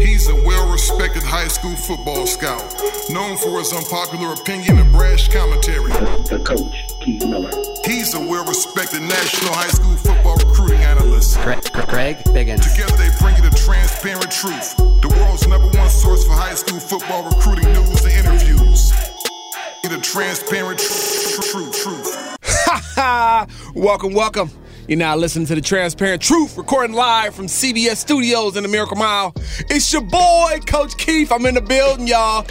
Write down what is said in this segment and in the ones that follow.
He's a well respected high school football scout, known for his unpopular opinion and brash commentary. The, the coach, Keith Miller. He's a well respected national high school football recruiting analyst. Craig, Craig Biggins. Together they bring you the transparent truth, the world's number one source for high school football recruiting news and interviews. The transparent tr- tr- tr- truth. welcome, welcome. You're now listening to the Transparent Truth, recording live from CBS Studios in the Miracle Mile. It's your boy, Coach Keith. I'm in the building, y'all.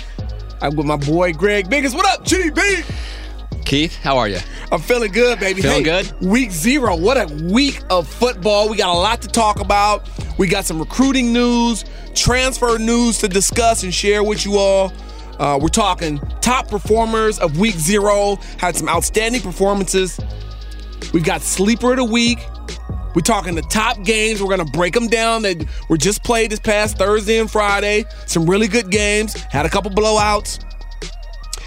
I'm with my boy Greg Biggins. What up, GB? Keith, how are you? I'm feeling good, baby. Feeling Hey, good? Week zero. What a week of football. We got a lot to talk about. We got some recruiting news, transfer news to discuss and share with you all. Uh, we're talking top performers of week zero, had some outstanding performances. We've got sleeper of the week. We're talking the top games. We're going to break them down that were just played this past Thursday and Friday. Some really good games, had a couple blowouts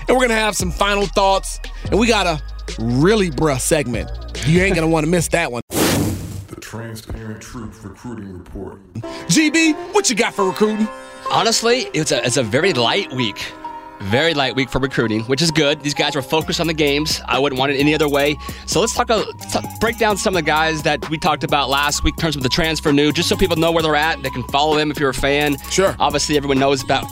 and we're gonna have some final thoughts. And we got a really bruh segment. You ain't gonna want to miss that one. The Transparent Truth Recruiting Report. GB, what you got for recruiting? Honestly, it's a, it's a very light week. Very light week for recruiting, which is good. These guys were focused on the games. I wouldn't want it any other way. So let's talk. A, t- break down some of the guys that we talked about last week in terms of the transfer new, just so people know where they're at. They can follow them if you're a fan. Sure. Obviously, everyone knows about.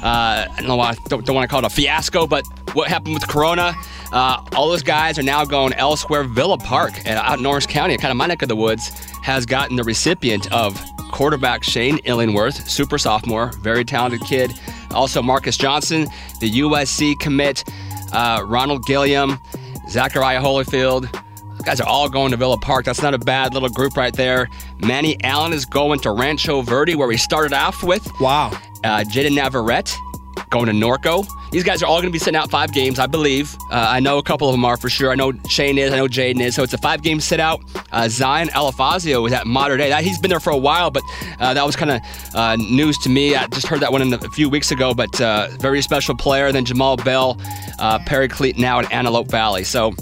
Uh, I don't know why I don't, don't want to call it a fiasco, but what happened with Corona? Uh, all those guys are now going elsewhere. Villa Park uh, out in Orange County, kind of my neck of the woods, has gotten the recipient of quarterback Shane Illingworth, super sophomore, very talented kid. Also, Marcus Johnson, the USC commit, uh, Ronald Gilliam, Zachariah Holyfield, those guys are all going to Villa Park. That's not a bad little group right there. Manny Allen is going to Rancho Verde, where we started off with. Wow. Uh, Jaden Navarrete going to Norco. These guys are all going to be sitting out five games, I believe. Uh, I know a couple of them are for sure. I know Shane is. I know Jaden is. So it's a five-game sit out. Uh, Zion Alafazio is at Modern Day. That, he's been there for a while, but uh, that was kind of uh, news to me. I just heard that one in a few weeks ago, but uh, very special player. Then Jamal Bell, uh, Paraclete now in Antelope Valley. So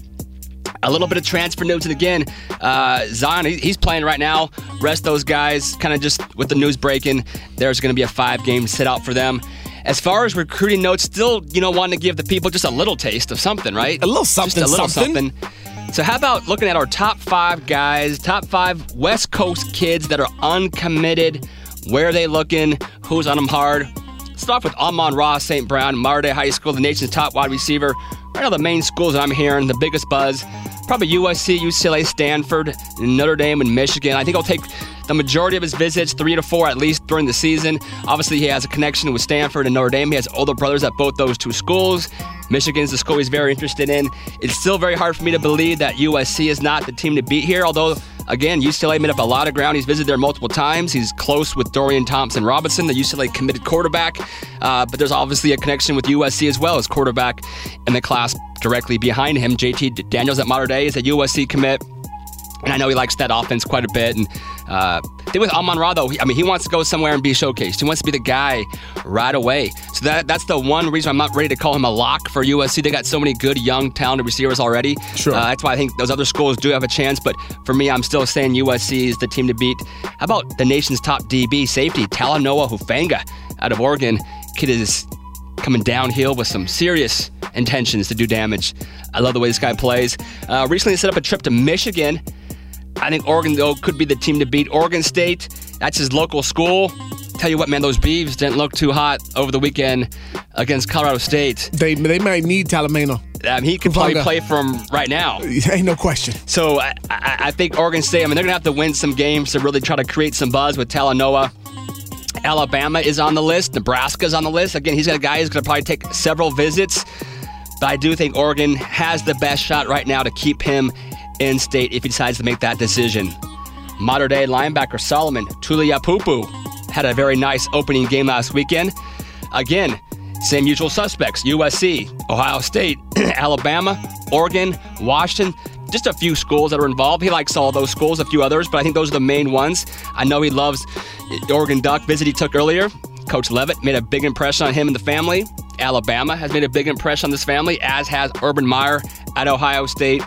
a little bit of transfer news, and again, uh, Zion, he- he's playing right now. Rest those guys, kind of just with the news breaking, there's going to be a five game sit out for them. As far as recruiting notes, still, you know, wanting to give the people just a little taste of something, right? A little something, just a little something. something. So, how about looking at our top five guys, top five West Coast kids that are uncommitted? Where are they looking? Who's on them hard? Start off with Amon Ross St. Brown, Marde High School, the nation's top wide receiver. Right now, the main schools that I'm hearing, the biggest buzz, probably USC, UCLA, Stanford, Notre Dame, and Michigan. I think I'll take the majority of his visits, three to four at least during the season. Obviously, he has a connection with Stanford and Notre Dame. He has older brothers at both those two schools. Michigan is the school he's very interested in. It's still very hard for me to believe that USC is not the team to beat here, although, again, UCLA made up a lot of ground. He's visited there multiple times. He's close with Dorian Thompson Robinson, the UCLA committed quarterback, uh, but there's obviously a connection with USC as well as quarterback in the class directly behind him. JT Daniels at Modern Day is a USC commit. And I know he likes that offense quite a bit. And uh, thing with Amon Ra, though, he, I mean, he wants to go somewhere and be showcased. He wants to be the guy right away. So that that's the one reason I'm not ready to call him a lock for USC. They got so many good, young, talented receivers already. Sure. Uh, that's why I think those other schools do have a chance. But for me, I'm still saying USC is the team to beat. How about the nation's top DB safety, Talanoa Hufanga out of Oregon? Kid is coming downhill with some serious intentions to do damage. I love the way this guy plays. Uh, recently set up a trip to Michigan. I think Oregon though could be the team to beat. Oregon State, that's his local school. Tell you what, man, those Beavs didn't look too hot over the weekend against Colorado State. They they might need Talameno. Um, he could probably Hufanga. play from right now. Ain't no question. So I, I, I think Oregon State, I mean, they're going to have to win some games to really try to create some buzz with Talanoa. Alabama is on the list. Nebraska's on the list. Again, he's got a guy who's going to probably take several visits. But I do think Oregon has the best shot right now to keep him in state if he decides to make that decision. Modern day linebacker Solomon Tuliapupu had a very nice opening game last weekend. Again, same usual suspects USC, Ohio State, Alabama, Oregon, Washington. Just a few schools that are involved. He likes all those schools, a few others, but I think those are the main ones. I know he loves the Oregon Duck visit he took earlier. Coach Levitt made a big impression on him and the family. Alabama has made a big impression on this family, as has Urban Meyer at Ohio State.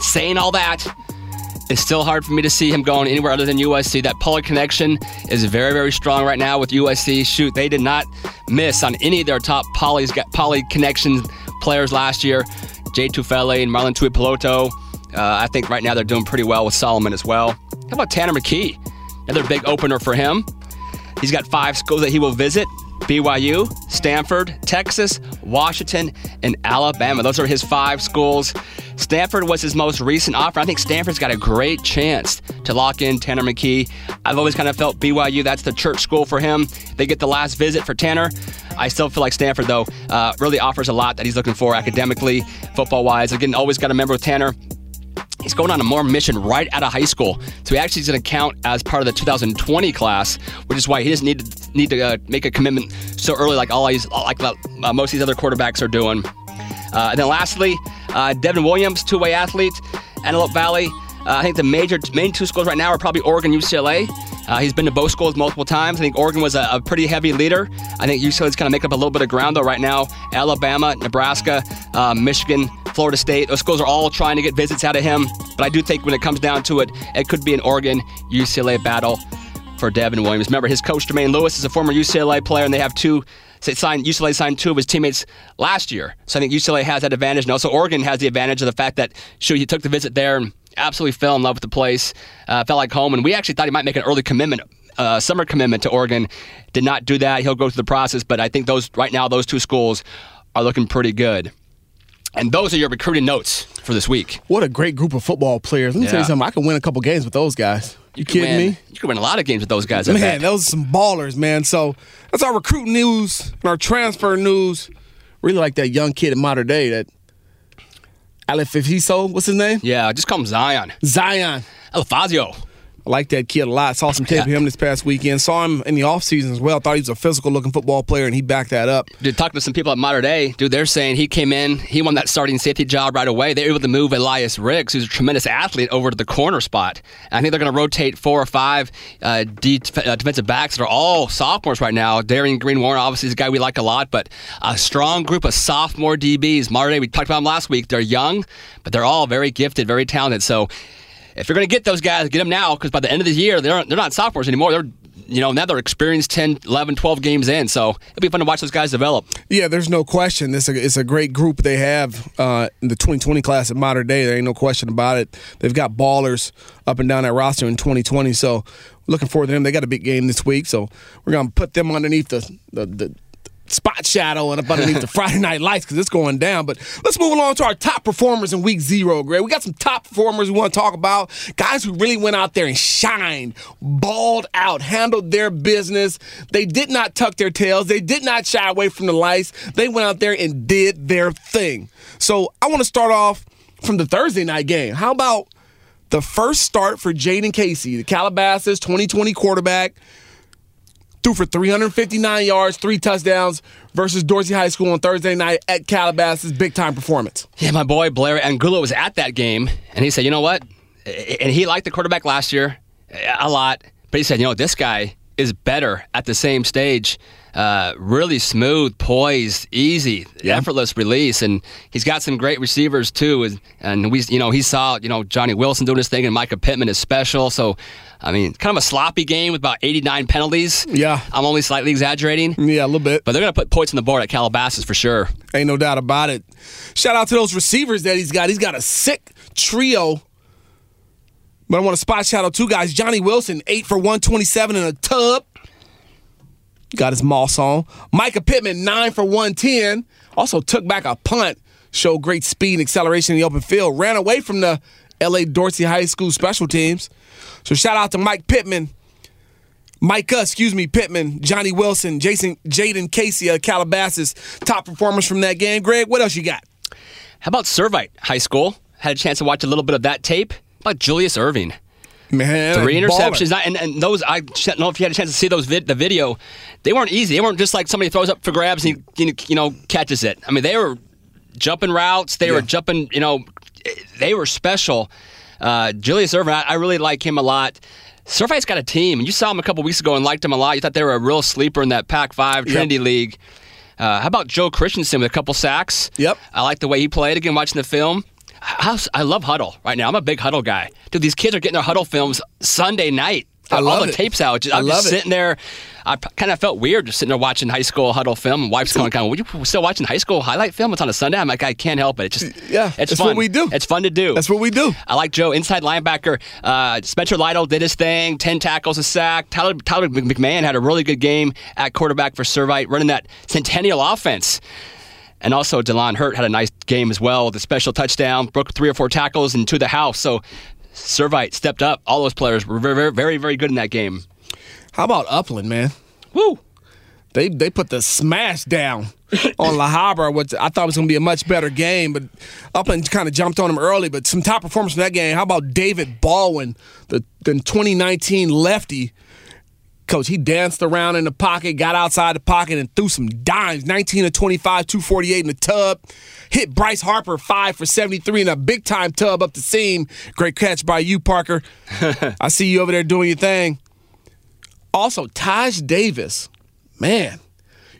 Saying all that, It's still hard for me to see him going anywhere other than USC. That Pollock connection is very, very strong right now with USC. Shoot, they did not miss on any of their top Polly's got Polly connection players last year. Jay Tufele and Marlon Tuipiloto. Uh, I think right now they're doing pretty well with Solomon as well. How about Tanner McKee? Another big opener for him. He's got five schools that he will visit BYU, Stanford, Texas, Washington, and Alabama. Those are his five schools. Stanford was his most recent offer. I think Stanford's got a great chance to lock in Tanner McKee. I've always kind of felt BYU, that's the church school for him. They get the last visit for Tanner. I still feel like Stanford, though, uh, really offers a lot that he's looking for academically, football wise. Again, always got a member with Tanner. He's going on a more mission right out of high school, so he actually is going to count as part of the 2020 class, which is why he doesn't need to need to uh, make a commitment so early, like all these, like uh, most of these other quarterbacks are doing. Uh, and then lastly, uh, Devin Williams, two-way athlete, Antelope Valley. Uh, I think the major main two schools right now are probably Oregon, UCLA. Uh, he's been to both schools multiple times. I think Oregon was a, a pretty heavy leader. I think UCLA's kind of make up a little bit of ground though right now. Alabama, Nebraska, uh, Michigan, Florida State. Those schools are all trying to get visits out of him. But I do think when it comes down to it, it could be an Oregon UCLA battle for Devin Williams. Remember, his coach Jermaine Lewis is a former UCLA player, and they have two. They signed UCLA signed two of his teammates last year, so I think UCLA has that advantage, and also Oregon has the advantage of the fact that sure he took the visit there and absolutely fell in love with the place, uh, felt like home, and we actually thought he might make an early commitment. Uh, summer commitment to Oregon did not do that. He'll go through the process, but I think those right now those two schools are looking pretty good. And those are your recruiting notes for this week. What a great group of football players. Let me tell Yeah. you something. I could win a couple games with those guys. You, could kidding win- me? You can win a lot of games with those guys. I bet. Man, those are some ballers, man. So that's our recruiting news and our transfer news. Really like that young kid in modern day that Aleph Fifiso, what's his name? Yeah, just call him Zion. Zion. Elfazio. I like that kid a lot. Saw some tape of him this past weekend. Saw him in the offseason as well. Thought he was a physical looking football player, and he backed that up. Dude, talking to some people at Modern Day, dude, they're saying he came in, he won that starting safety job right away. They were able to move Elias Riggs, who's a tremendous athlete, over to the corner spot. And I think they're going to rotate four or five uh, de- uh, defensive backs that are all sophomores right now. Darian Green Warren, obviously, is a guy we like a lot, but a strong group of sophomore DBs. Modern Day, we talked about them last week. They're young, but they're all very gifted, very talented. So if you're going to get those guys, get them now because by the end of the year, they're, they're not sophomores anymore. They're you know, now they're experienced 10, 11, 12 games in, so it'll be fun to watch those guys develop. Yeah, there's no question. It's a, it's a great group they have uh, in the 2020 class at modern day. There ain't no question about it. They've got ballers up and down that roster in 2020. So looking forward to them. They got a big game this week. So we're going to put them underneath the, the, the spot shadow and up underneath the Friday night lights because it's going down. But let's move along to our top performers in week zero, Greg. We got some top performers we want to talk about. Guys who really went out there and shined, balled out, handled their business. They did not tuck their tails. They did not shy away from the lights. They went out there and did their thing. So I want to start off from the Thursday night game. How about the first start for Jaden Casey, the Calabasas 2020 quarterback? threw for 359 yards, three touchdowns versus Dorsey High School on Thursday night at Calabasas. Big time performance. Yeah, my boy Blair Angulo was at that game, and he said, "You know what?" And he liked the quarterback last year a lot, but he said, "You know, this guy is better at the same stage. Uh, really smooth, poised, easy, effortless release, and he's got some great receivers too. And, and we, you know, he saw you know Johnny Wilson doing his thing, and Micah Pittman is special. So, I mean, kind of a sloppy game with about 89 penalties. Yeah. Mm. I'm only slightly exaggerating, Yeah, a little bit. but they're gonna put points on the board at Calabasas for sure." Ain't no doubt about it. Shout out to those receivers that he's got. He's got a sick trio. But I want to spot shout out two guys. Johnny Wilson, eight for 127 in a tub. Got his moss on. Micah Pittman, nine for 110. Also took back a punt. Showed great speed and acceleration in the open field. Ran away from the LA Dorsey High School special teams. So shout out to Mike Pittman. Micah, excuse me, Pittman, Johnny Wilson, Jason, Jaden Casey, uh, Calabasas, top performers from that game. Greg, what else you got? How about Servite High School? Had a chance to watch a little bit of that tape. How about Julius Irving? Man, Three baller. interceptions, not- and, and those I don't know if you had a chance to see those vid, the video. They weren't easy. They weren't just like somebody throws up for grabs and he, you know, you know catches it. I mean, they were jumping routes. They were jumping. You know, they were special. Uh, Julius Irvin, I, I really like him a lot. Surface got a team, and you saw him a couple weeks ago and liked him a lot. You thought they were a real sleeper in that Pac-5 Trinity League. Uh, how about Joe Christensen with a couple sacks? Yep. I like the way he played again watching the film. How's- I love Huddle right now. I'm a big Huddle guy. Dude, these kids are getting their Huddle films Sunday night. I All love the it. tapes out. Just- I I'm love just it. sitting there. I kind of felt weird just sitting there watching high school huddle film. And wife's going, "Kind of, you still watching high school highlight film? It's on a Sunday." I'm like, I can't help it. It's just, Yeah, it's that's fun. what we do. It's fun to do. That's what we do. I like Joe, inside linebacker. Uh, Spencer Lytle did his thing, 10 tackles, a sack. Tyler, Tyler McMahon had a really good game at quarterback for Servite, running that centennial offense. And also, Delon Hurt had a nice game as well with a special touchdown, broke three or four tackles into the house. So, Servite stepped up. All those players were very, very, very, very good in that game. How about Upland, man? Woo! They they put the smash down on La Habra, which I thought was going to be a much better game, but Upland kind of jumped on them early. But some top performance from that game. How about David Baldwin, the, the 2019 lefty? Coach, he danced around in the pocket, got outside the pocket, and threw some dimes 19 to 25, 248 in the tub. Hit Bryce Harper five for 73 in a big time tub up the seam. Great catch by you, Parker. I see you over there doing your thing. Also, Taj Davis, man,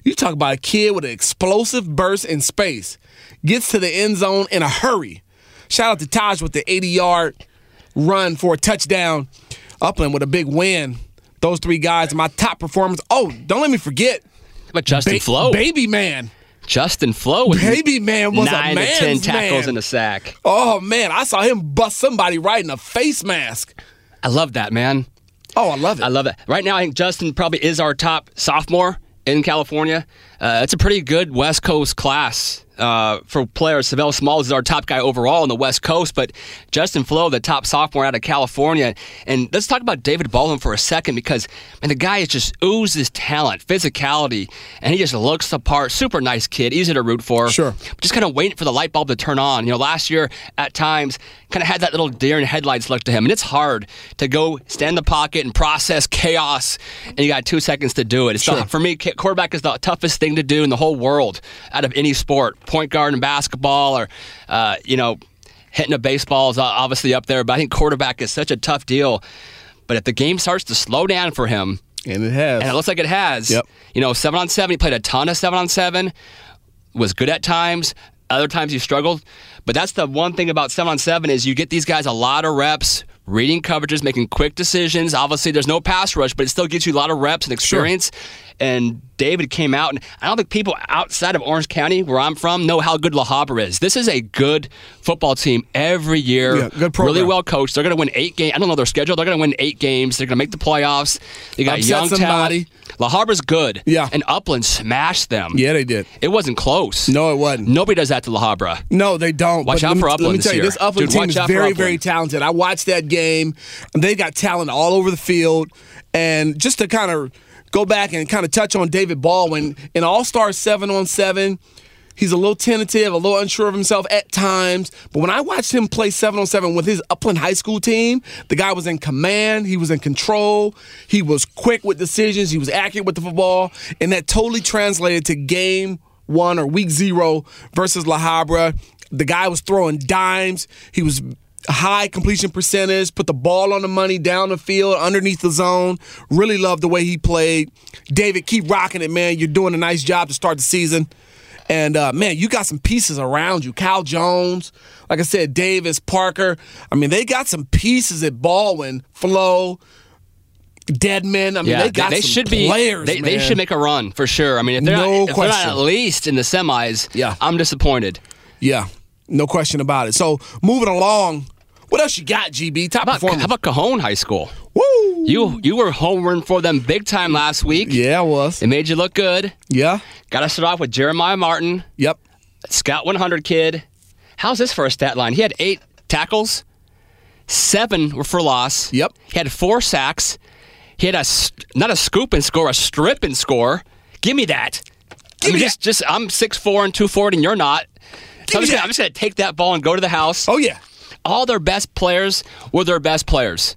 you talk about a kid with an explosive burst in space, gets to the end zone in a hurry. Shout out to Taj with the 80 yard run for a touchdown. Upland with a big win. Those three guys, my top performers. Oh, don't let me forget. But Justin Ba- Flo. Baby Man. Justin Flo with Baby Man was a nine to man's 10 tackles man. in a sack. Oh, man, I saw him bust somebody right in a face mask. I love that, man. Oh, I love it. I love it. Right now, I think Justin probably is our top sophomore in California. Uh, it's a pretty good West Coast class uh, for players. Savell Smalls is our top guy overall on the West Coast, but Justin Flo, the top sophomore out of California. And let's talk about David Baldwin for a second because man, the guy is just oozes talent, physicality, and he just looks the part. Super nice kid, easy to root for. Sure. Just kind of waiting for the light bulb to turn on. You know, last year at times kind of had that little deer in headlights look to him, and it's hard to go stand in the pocket and process chaos, and you got two seconds to do it. It's not, for me, ca- quarterback is the toughest thing to do in the whole world out of any sport. Point guard in basketball, or uh, you know, hitting a baseball is o- obviously up there, but I think quarterback is such a tough deal. But if the game starts to slow down for him, and it has. and it looks like it has. Yep. You know, seven on seven, he played a ton of seven on seven, was good at times. Other times he struggled. But that's the one thing about seven on seven is you get these guys a lot of reps, reading coverages, making quick decisions. Obviously, there's no pass rush, but it still gives you a lot of reps and experience. And David came out, and I don't think people outside of Orange County, where I'm from, know how good La Habra is. This is a good football team every year. Yeah, good Really program. well coached. They're going to win eight games. I don't know their schedule. They're going to win eight games. They're going to make the playoffs. They got Upset young somebody. talent. La Harbor's good. Yeah. And Upland smashed them. yeah, they did. It wasn't close. No, it wasn't. Nobody does that to La Habra. No, they don't. Watch But out let me, for Upland Let me this tell you, year. this Upland Dude, team watch is out for very, Upland. very talented. I watched that game. They got talent all over the field. And just to kind of go back and kind of touch on David Baldwin, an all star seven on seven. He's a little tentative, a little unsure of himself at times. But when I watched him play seven on seven with his Upland High School team, the guy was in command. He was in control. He was quick with decisions. He was accurate with the football. And that totally translated to game one or week zero versus La Habra. The guy was throwing dimes. He was high completion percentage, put the ball on the money down the field, underneath the zone. Really loved the way he played. David, keep rocking it, man. You're doing a nice job to start the season. And uh, man, you got some pieces around you. Cal Jones, like I said, Davis, Parker. I mean, they got some pieces at Baldwin, Flo, Deadman. I mean, Yeah, they got some should players. be. They, they man. should make a run for sure. I mean, if they're, No not, if they're not question. at least in the semis, Yeah. I'm disappointed. Yeah, no question about it. So moving along, what else you got, GB? Top How about, performance. how about Cajon High School? Woo! You you were homering for them big time last week. Yeah, I was. It made you look good. Yeah. Got to start off with Jeremiah Martin, Yep. Scout 100 kid. How's this for a stat line? He had eight tackles, seven were for loss. Yep. He had four sacks. He had a s- not a scoop and score, a strip and score. Give me that. I mean, me just, just I'm six four and two forty, and you're not. So I'm me just, gonna, that. I'm just gonna take that ball and go to the house. Oh yeah. All their best players were their best players.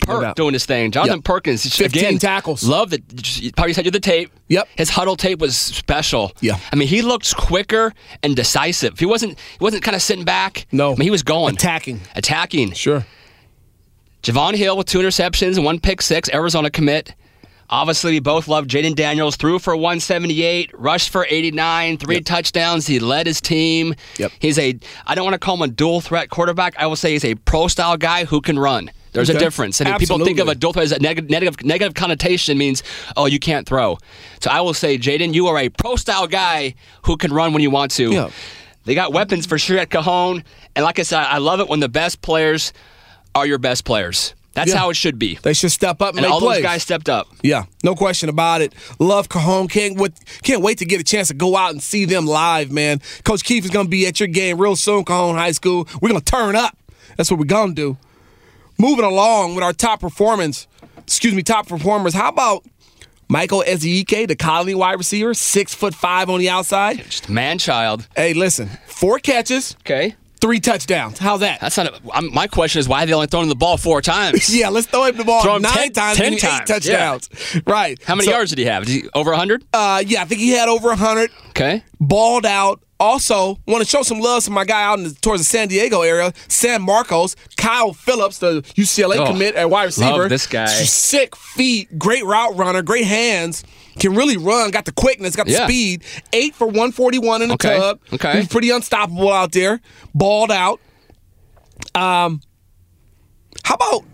Perk doubt. doing his thing. Jonathan Yep. Perkins, just, 15 again, tackles. Love that. you Probably sent you the tape. Yep. His huddle tape was special. Yeah. I mean, he looked quicker and decisive. He wasn't. He wasn't kind of sitting back. No. I mean, he was going Attacking. attacking. Sure. Javon Hill with two interceptions and one pick six. Arizona commit. Obviously, we both love Jaden Daniels. Threw for 178, rushed for 89, three touchdowns. He led his team. Yep. He's a, I don't want to call him a dual threat quarterback. I will say he's a pro style guy who can run. There's a Okay. difference. And if people think of Absolutely. a dual threat as a neg- negative, negative connotation means, oh, you can't throw. So I will say, Jaden, you are a pro style guy who can run when you want to. Yeah. They got weapons for sure at Cajon. And like I said, I love it when the best players are your best players. That's Yeah. how it should be. They should step up and, And make all plays. those guys stepped up. Yeah, no question about it. Love Cajon. Can't with, can't wait to get a chance to go out and see them live, man. Coach Keefe is gonna be at your game real soon, Cajon High School. We're gonna turn up. That's what we're gonna do. Moving along with our top performance, excuse me, top performers. How about Michael Ezike, the colony wide receiver, six foot five on the outside. Just man child. Hey, listen, four catches, Okay. three touchdowns. How's that? That's not. A, I'm, my question is why they only thrown the ball four times? Yeah, let's throw him the ball Throw him nine 10 times, 10 and he eight times, yeah. touchdowns. Right. How many So, yards did he have? Did he, over 100? Uh, yeah, I think he had over hundred. Okay. balled out. Also, want to show some love to my guy out in the, towards the San Diego area, San Marcos, Kyle Phillips, the UCLA Oh, commit at wide receiver. love this guy. Sick feet, great route runner, great hands, can really run, got the quickness, got the Yeah. speed. Eight for 141 in the Okay, tub. okay. He's pretty unstoppable out there, balled out. Um, How about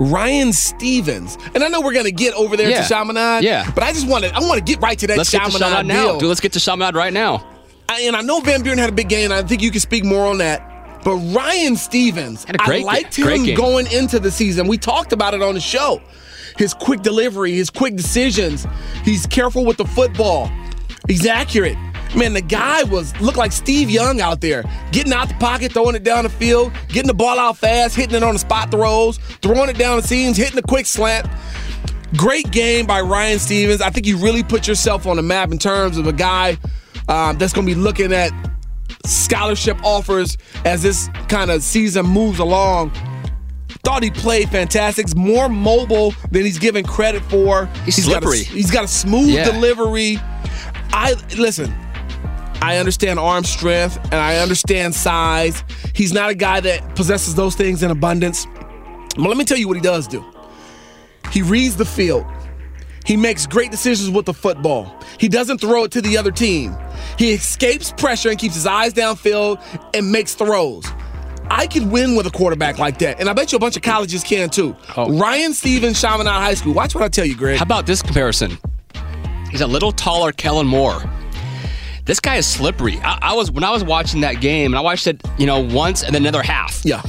Ryan Stevens? And I know we're gonna get over there Yeah. to Chaminade. Yeah. But I just wanted I want to get right to that Let's get to Chaminade Shaman deal. now. Dude, let's get to Shaman right now. I- and I know Van Buren had a big game. and I think you can speak more on that. But Ryan Stevens, Had a great I liked ga- great him game. going into the season. We talked about it on the show. His quick delivery, his quick decisions. He's careful with the football. He's accurate. Man, the guy was looked like Steve Young out there, getting out the pocket, throwing it down the field, getting the ball out fast, hitting it on the spot throws, throwing it down the seams, hitting the quick slant. Great game by Ryan Stevens. I think you really put yourself on the map in terms of a guy um, that's going to be looking at scholarship offers as this kind of season moves along. Thought he played fantastic. He's more mobile than he's given credit for. He's got a- slippery. he's got a smooth Yeah. delivery. I listen. I understand arm strength and I understand size. He's not a guy that possesses those things in abundance. But let me tell you what he does do. He reads the field. He makes great decisions with the football. He doesn't throw it to the other team. He escapes pressure and keeps his eyes downfield and makes throws. I could win with a quarterback like that, and I bet you a bunch of colleges can too. Oh. Ryan Stevens, Chaminade High School. Watch what I tell you, Greg. How about this comparison? He's a little taller, Kellen Moore. This guy is slippery. I, I was when I was watching that game, and I watched it, you know, once and then another half. yeah,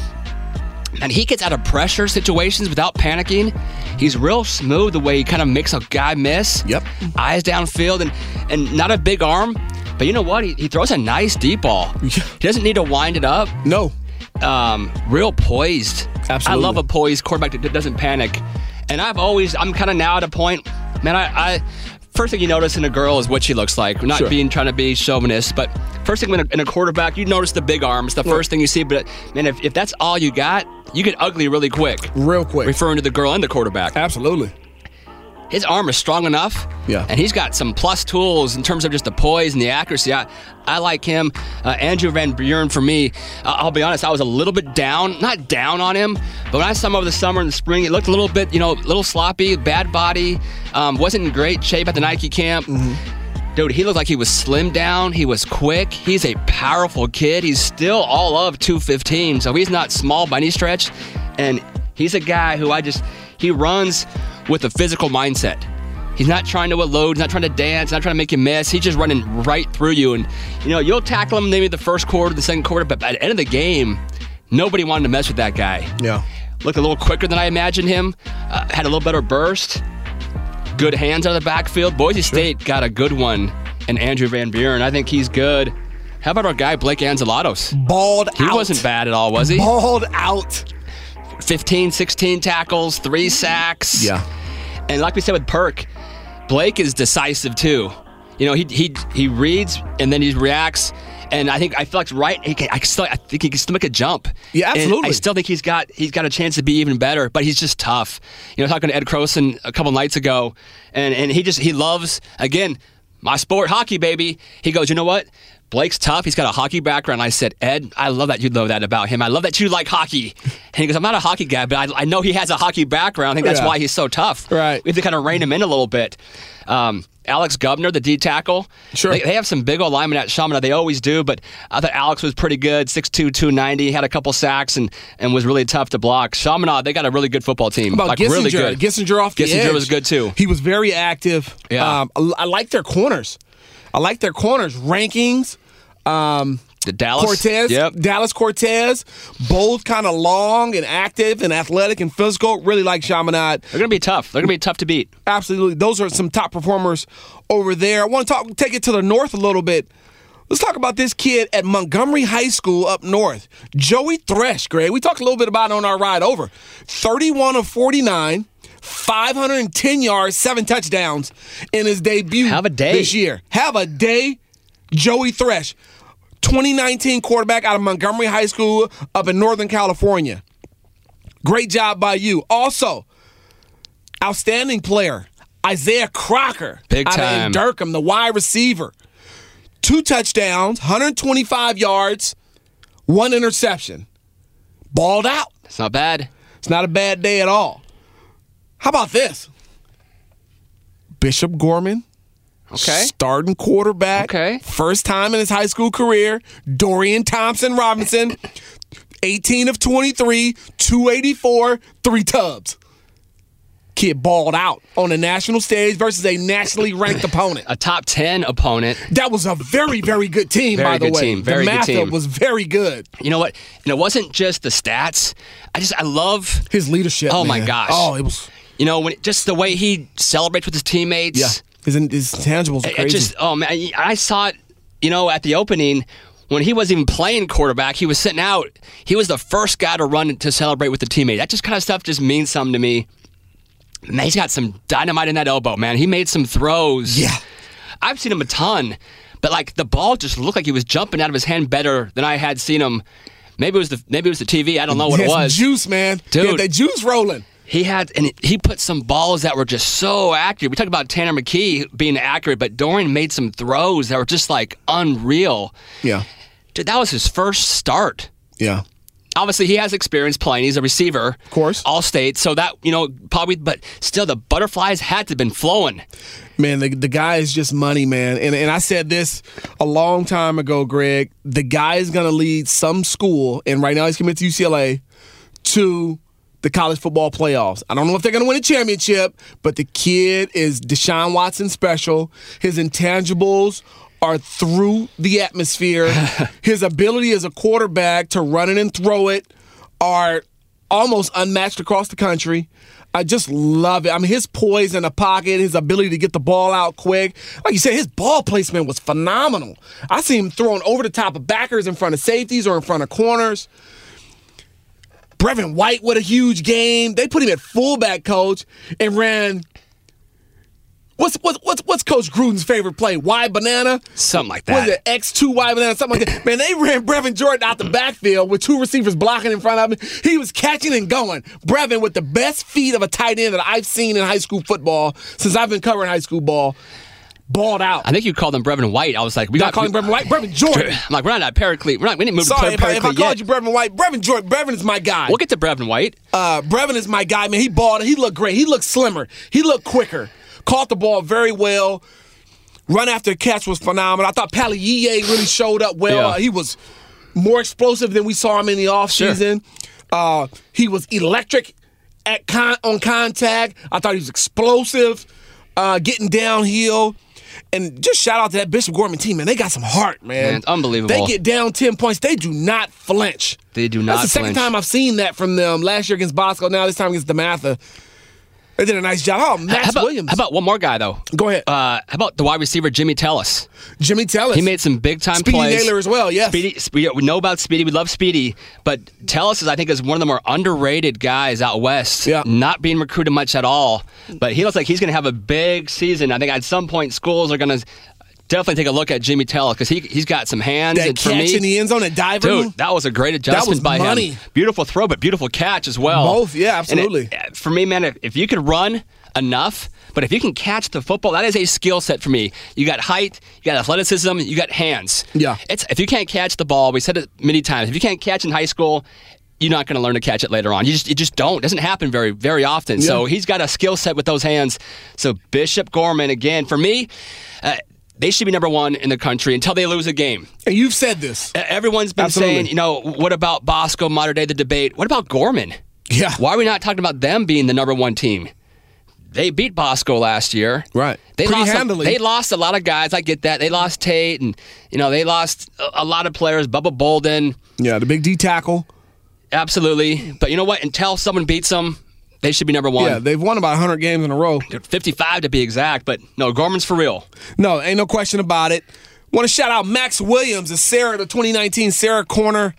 and he gets out of pressure situations without panicking. He's real smooth the way he kind of makes a guy miss. Yep. Eyes downfield and and not a big arm, but you know what? He, he throws a nice deep ball. Yeah. He doesn't need to wind it up. no, Um, real poised. Absolutely. I love a poised quarterback that doesn't panic. And I've always I'm kind of now at a point, man. I, I first thing you notice in a girl is what she looks like. Not Sure. being trying to be chauvinist, but first thing in a, in a quarterback, you notice the big arms. The first thing you see, but man, if, if that's all you got, you get ugly really quick. real quick. Referring to the girl and the quarterback Absolutely. his arm is strong enough. Yeah. And he's got some plus tools in terms of just the poise and the accuracy. I, I like him. Uh, Andrew Van Buren, for me, uh, I'll be honest, I was a little bit down, not down on him, but when I saw him over the summer and the spring, it looked a little bit, you know, a little sloppy, bad body, um, wasn't in great shape at the Nike camp. Dude, he looked like he was slimmed down. He was quick. He's a powerful kid. He's still all of 215, so he's not small by any stretch. And he's a guy who I just, he runs with a physical mindset. He's not trying to elude, not trying to dance, not trying to make you miss. He's just running right through you. And, you know, you'll tackle him maybe the first quarter, the second quarter, but at the end of the game, nobody wanted to mess with that guy. Yeah. Looked a little quicker than I imagined him, uh, had a little better burst good hands out of the backfield. Boise State got a good one, and Andrew Van Buren. I think he's good. How about our guy Blake Anzalatos? Balled He out. wasn't bad at all, was he? Balled out. 15, 16 tackles, three sacks. Yeah. And like we said with Perk, Blake is decisive too. You know, he he he reads and then he reacts. And I think I feel like right. He can, I, still, I think he can still make a jump. Yeah, And I absolutely. still think he's got he's got a chance to be even better. But he's just tough. You know, talking to Ed Croson a couple nights ago, and and he just he loves again my sport hockey baby. He goes, you know what? Blake's tough. He's got a hockey background. I said, Ed, I love that you know that about him. I love that you like hockey. And he goes, I'm not a hockey guy, but I, I know he has a hockey background. I think that's Yeah. why he's so tough. Right. We have to kind of rein him in a little bit. Um, Alex Gubner, the D tackle. Sure. They, they have some big old linemen at Shamana. They always do, but I thought Alex was pretty good 6'2, 290, had a couple sacks and, and was really tough to block. Shamana, they got a really good football team. About like, Gissinger, really good. Gissinger off the Gissinger edge. was good too. He was very active. Yeah. Um, I, I like their corners. I like their corners rankings. Um, The Dallas Cortez, Yep. Dallas Cortez, both kind of long and active and athletic and physical. Really like Chaminade. They're going to be tough. They're going to be tough to beat. Absolutely, those are some top performers over there. I want to talk, take it to the north a little bit. Let's talk about this kid at Montgomery High School up north, Joey Thresh. Greg, we talked a little bit about it on our ride over. Thirty-one of forty-nine, five hundred and ten yards, seven touchdowns in his debut. Have a day. this year. Have a day, Joey Thresh, 2019 quarterback out of Montgomery High School up in Northern California. Great job by you. Also, outstanding player, Isaiah Crocker. Big out time. Of Durkham, the wide receiver. Two touchdowns, 125 yards, one interception. Balled out. It's not bad. It's not a bad day at all. How about this? Bishop Gorman, Okay. starting quarterback, Okay. first time in his high school career, Dorian Thompson Robinson, 18 of 23, 284, three tubs. Kid balled out on the national stage versus a nationally ranked opponent. A top 10 opponent. That was a very, very good team, Very by the good way. team, very the good matchup team. was very good. You know what? And it wasn't just the stats. I just, I love His leadership. Oh, my man. gosh. Oh, it was. You know, when just the way he celebrates with his teammates. Yeah. His, his tangibles are It- It crazy. just oh man, I- I saw it. You know, at the opening when he wasn't even playing quarterback, he was sitting out. He was the first guy to run to celebrate with the teammate. That just kind of stuff just means something to me. Man, he's got some dynamite in that elbow, man. He made some throws. Yeah. I've seen him a ton, but like the ball just looked like he was jumping out of his hand better than I had seen him. Maybe it was the maybe it was the TV. I don't know what He oh, it had some was. juice, man. He Dude. had that juice rolling. He had and he put some balls that were just so accurate. We talked about Tanner McKee being accurate, but Dorian made some throws that were just like unreal. Yeah. Dude, that was his first start. Yeah. Obviously, he has experience playing. He's a receiver, of course. all state. So that you know probably, but still, the butterflies had to have been flowing. Man, the, the guy is just money, man. And and I said this a long time ago, Greg. The guy is going to lead some school, and right now he's committed to UCLA, to the college football playoffs. I don't know if they're going to win a championship, but the kid is Deshaun Watson special. His intangibles are through the atmosphere. His ability as a quarterback to run it and throw it are almost unmatched across the country. I just love it. I mean, his poise in the pocket, his ability to get the ball out quick. Like you said, his ball placement was phenomenal. I see him throwing over the top of backers in front of safeties or in front of corners. Brevin White with a huge game. They put him at fullback coach and ran. What's what's what's, what's Coach Gruden's favorite play? Wide banana. Something like Was that. it X two wide banana? Something like that. Man, they ran Brevin Jordan out the backfield with two receivers blocking in front of him. He was catching and going. Brevin with the best feet of a tight end that I've seen in high school football since I've been covering high school ball. Balled out. I think you called him Brevin White. I was like, we Did I got call him Brevin White? Brevin Jordan. I'm like, we're not at Paraclete. We're not. We didn't move Sorry to if I, if I Paraclete yet. called you Brevin White. Brevin Jordan. Brevin is my guy. we'll get to Brevin White. Uh, Brevin is my guy, man. He balled. He looked great. He looked slimmer. He looked quicker. Caught the ball very well. Run after catch was phenomenal. I thought Paliye really showed up well. Yeah. Uh, he was more explosive than we saw him in the offseason. Uh, he was electric at con- on contact. I thought he was explosive, uh, getting downhill. And just shout out to that Bishop Gorman team, man. They got some heart, man. Man, it's unbelievable. They get down 10 points. They do not flinch. They do not That's the second flinch. time I've seen that from them. Last year against Bosco, now this time against Damatha. They did a nice job. Oh, Max how about, Williams. How about one more guy though? Go ahead. Uh, how about the wide receiver Jimmy Tellis? Jimmy Tellis. He made some big time Speedy plays. Naylor as well, yes. Speedy, Speedy- we know about Speedy. We love Speedy, but Tellis is, I think, is one of the more underrated guys out west. Yeah. Not being recruited much at all, but he looks like he's going to have a big season. I think at some point schools are going to definitely take a look at Jimmy Tellis because he he's got some hands. that and for catch me, in the end zone, that diver. Dude, that was a great adjustment was by money. him. Beautiful throw, but beautiful catch as well. Both, yeah, And it- uh, absolutely. for me, man, if, if you could run enough. But if you can catch the football, that is a skill set for me. You got height, you got athleticism, you got hands. Yeah. It's if you can't catch the ball, we said it many times. If you can't catch in high school, you're not going to learn to catch it later on. You just it just don't. It doesn't happen very very often. So he's got a skill set with those hands. So Bishop Gorman again for me, uh, they should be number one in the country until they lose a game. And you've said this. E, Everyone's been Absolutely. saying, you know, what about Bosco, modern day, the debate? What about Gorman? Yeah. Why are we not talking about them being the number one team? They beat Bosco last year. Right. They Pretty lost, a, handily. they lost a lot of guys. I get that. They lost Tate and, you know, they lost a, a lot of players. Bubba Bolden, Yeah, the big D tackle. absolutely. But you know what? Until someone beats them, they should be number one. Yeah, they've won about 100 games in a row. 55 to be exact. But no, Gorman's for real. No, ain't no question about it. Want to shout out Max Williams, the Sarah, the 2019 Sarah corner,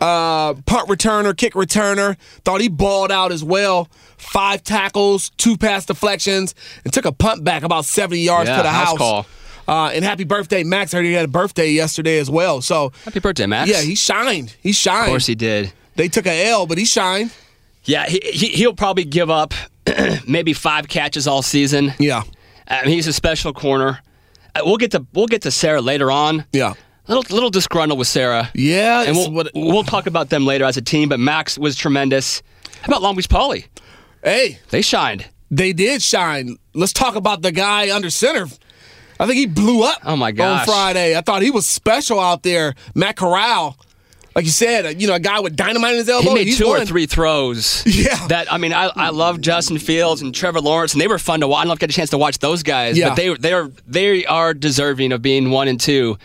uh, punt returner, kick returner. Thought he balled out as well. Five tackles, two pass deflections, and took a punt back about 70 yards Yeah, to the house house. call. Uh, and happy birthday, Max. I heard he had a birthday yesterday as well. So, Happy birthday, Max. yeah, he shined. He shined. Of course he did. They took a L, but he shined. Yeah, he, he, he'll probably give up maybe five catches all season. Yeah. I mean, he's a special corner. Uh, We'll get to we'll get to Sarah later on. Yeah. Little little disgruntled with Sarah. Yeah. and it's we'll what- we'll talk about them later as a team. But Max was tremendous. How about Long Beach Poly? hey, They shined. they did shine. Let's talk about the guy under center. I think he blew up. Oh, my gosh. On Friday, I thought he was special out there. Matt Corral, like you said, you know, a guy with dynamite in his elbow. He made he's two or one. three throws. Yeah. That I mean, I, I love Justin Fields and Trevor Lawrence, and they were fun to watch. I don't know if I got a chance to watch those guys, Yeah. but they they are they are deserving of being one and two.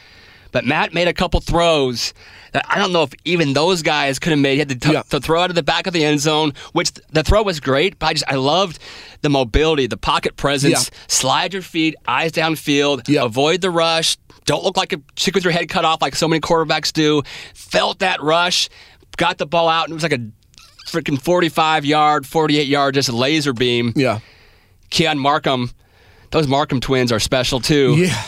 But Matt made a couple throws that I don't know if even those guys could have made. He had to, t- Yeah. to throw out of the back of the end zone, which th- the throw was great. But I just I loved the mobility, the pocket presence. Yeah. Slide your feet, eyes downfield, Yeah. avoid the rush. Don't look like a chick with your head cut off like so many quarterbacks do. Felt that rush, got the ball out, and it was like a freaking 45 yard, 48 yard, just laser beam. Yeah. Keon Markham, those Markham twins are special too. Yeah.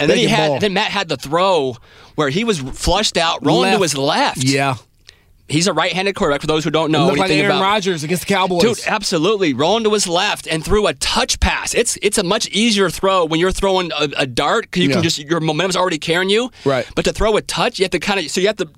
And then They he can had, ball. then Matt had the throw where he was flushed out, rolling to Left. his left. Yeah. He's a right-handed quarterback. For those who don't know Looked like anything Aaron about, Rodgers against the Cowboys. Dude, absolutely. Rolling to his left and threw a touch pass. It's it's a much easier throw when you're throwing a, a dart because you Yeah. can just your momentum's already carrying you. Right. But to throw a touch, you have to kind of so you have to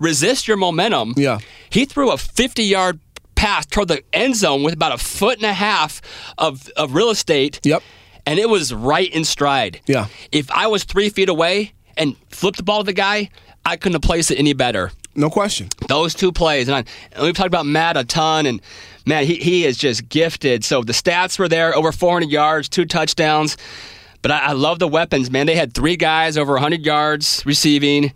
resist your momentum. Yeah. He threw a 50 yard pass toward the end zone with about a foot and a half of of real estate. Yep. And it was right in stride. Yeah. If I was three feet away and flipped the ball to the guy, I couldn't have placed it any better no question. those two plays. And, I, and we've talked about Matt a ton, and man, he, he is just gifted. So the stats were there over 400 yards, two touchdowns. But I, I love the weapons, man. They had three guys over 100 yards receiving.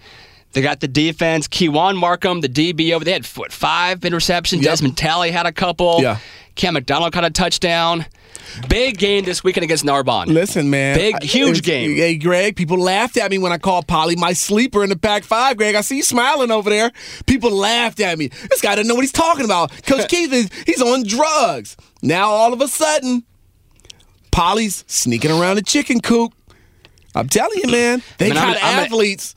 They got the defense. Kewan Markham, the DB over. They had what, five interceptions. Desmond Talley had a couple. Yeah. Cam McDonald caught a touchdown. Big game this weekend against Narbonne. Listen, man. Big, I- huge it's- game. Hey, Greg, people laughed at me when I called Polly my sleeper in the Pac 5, Greg. I see you smiling over there. People laughed at me. This guy doesn't know what he's talking about. Coach Keith, is, he's on drugs. Now, all of a sudden, Polly's sneaking around the chicken coop. I'm telling you, man, they I mean, I'm got a- I'm a- athletes.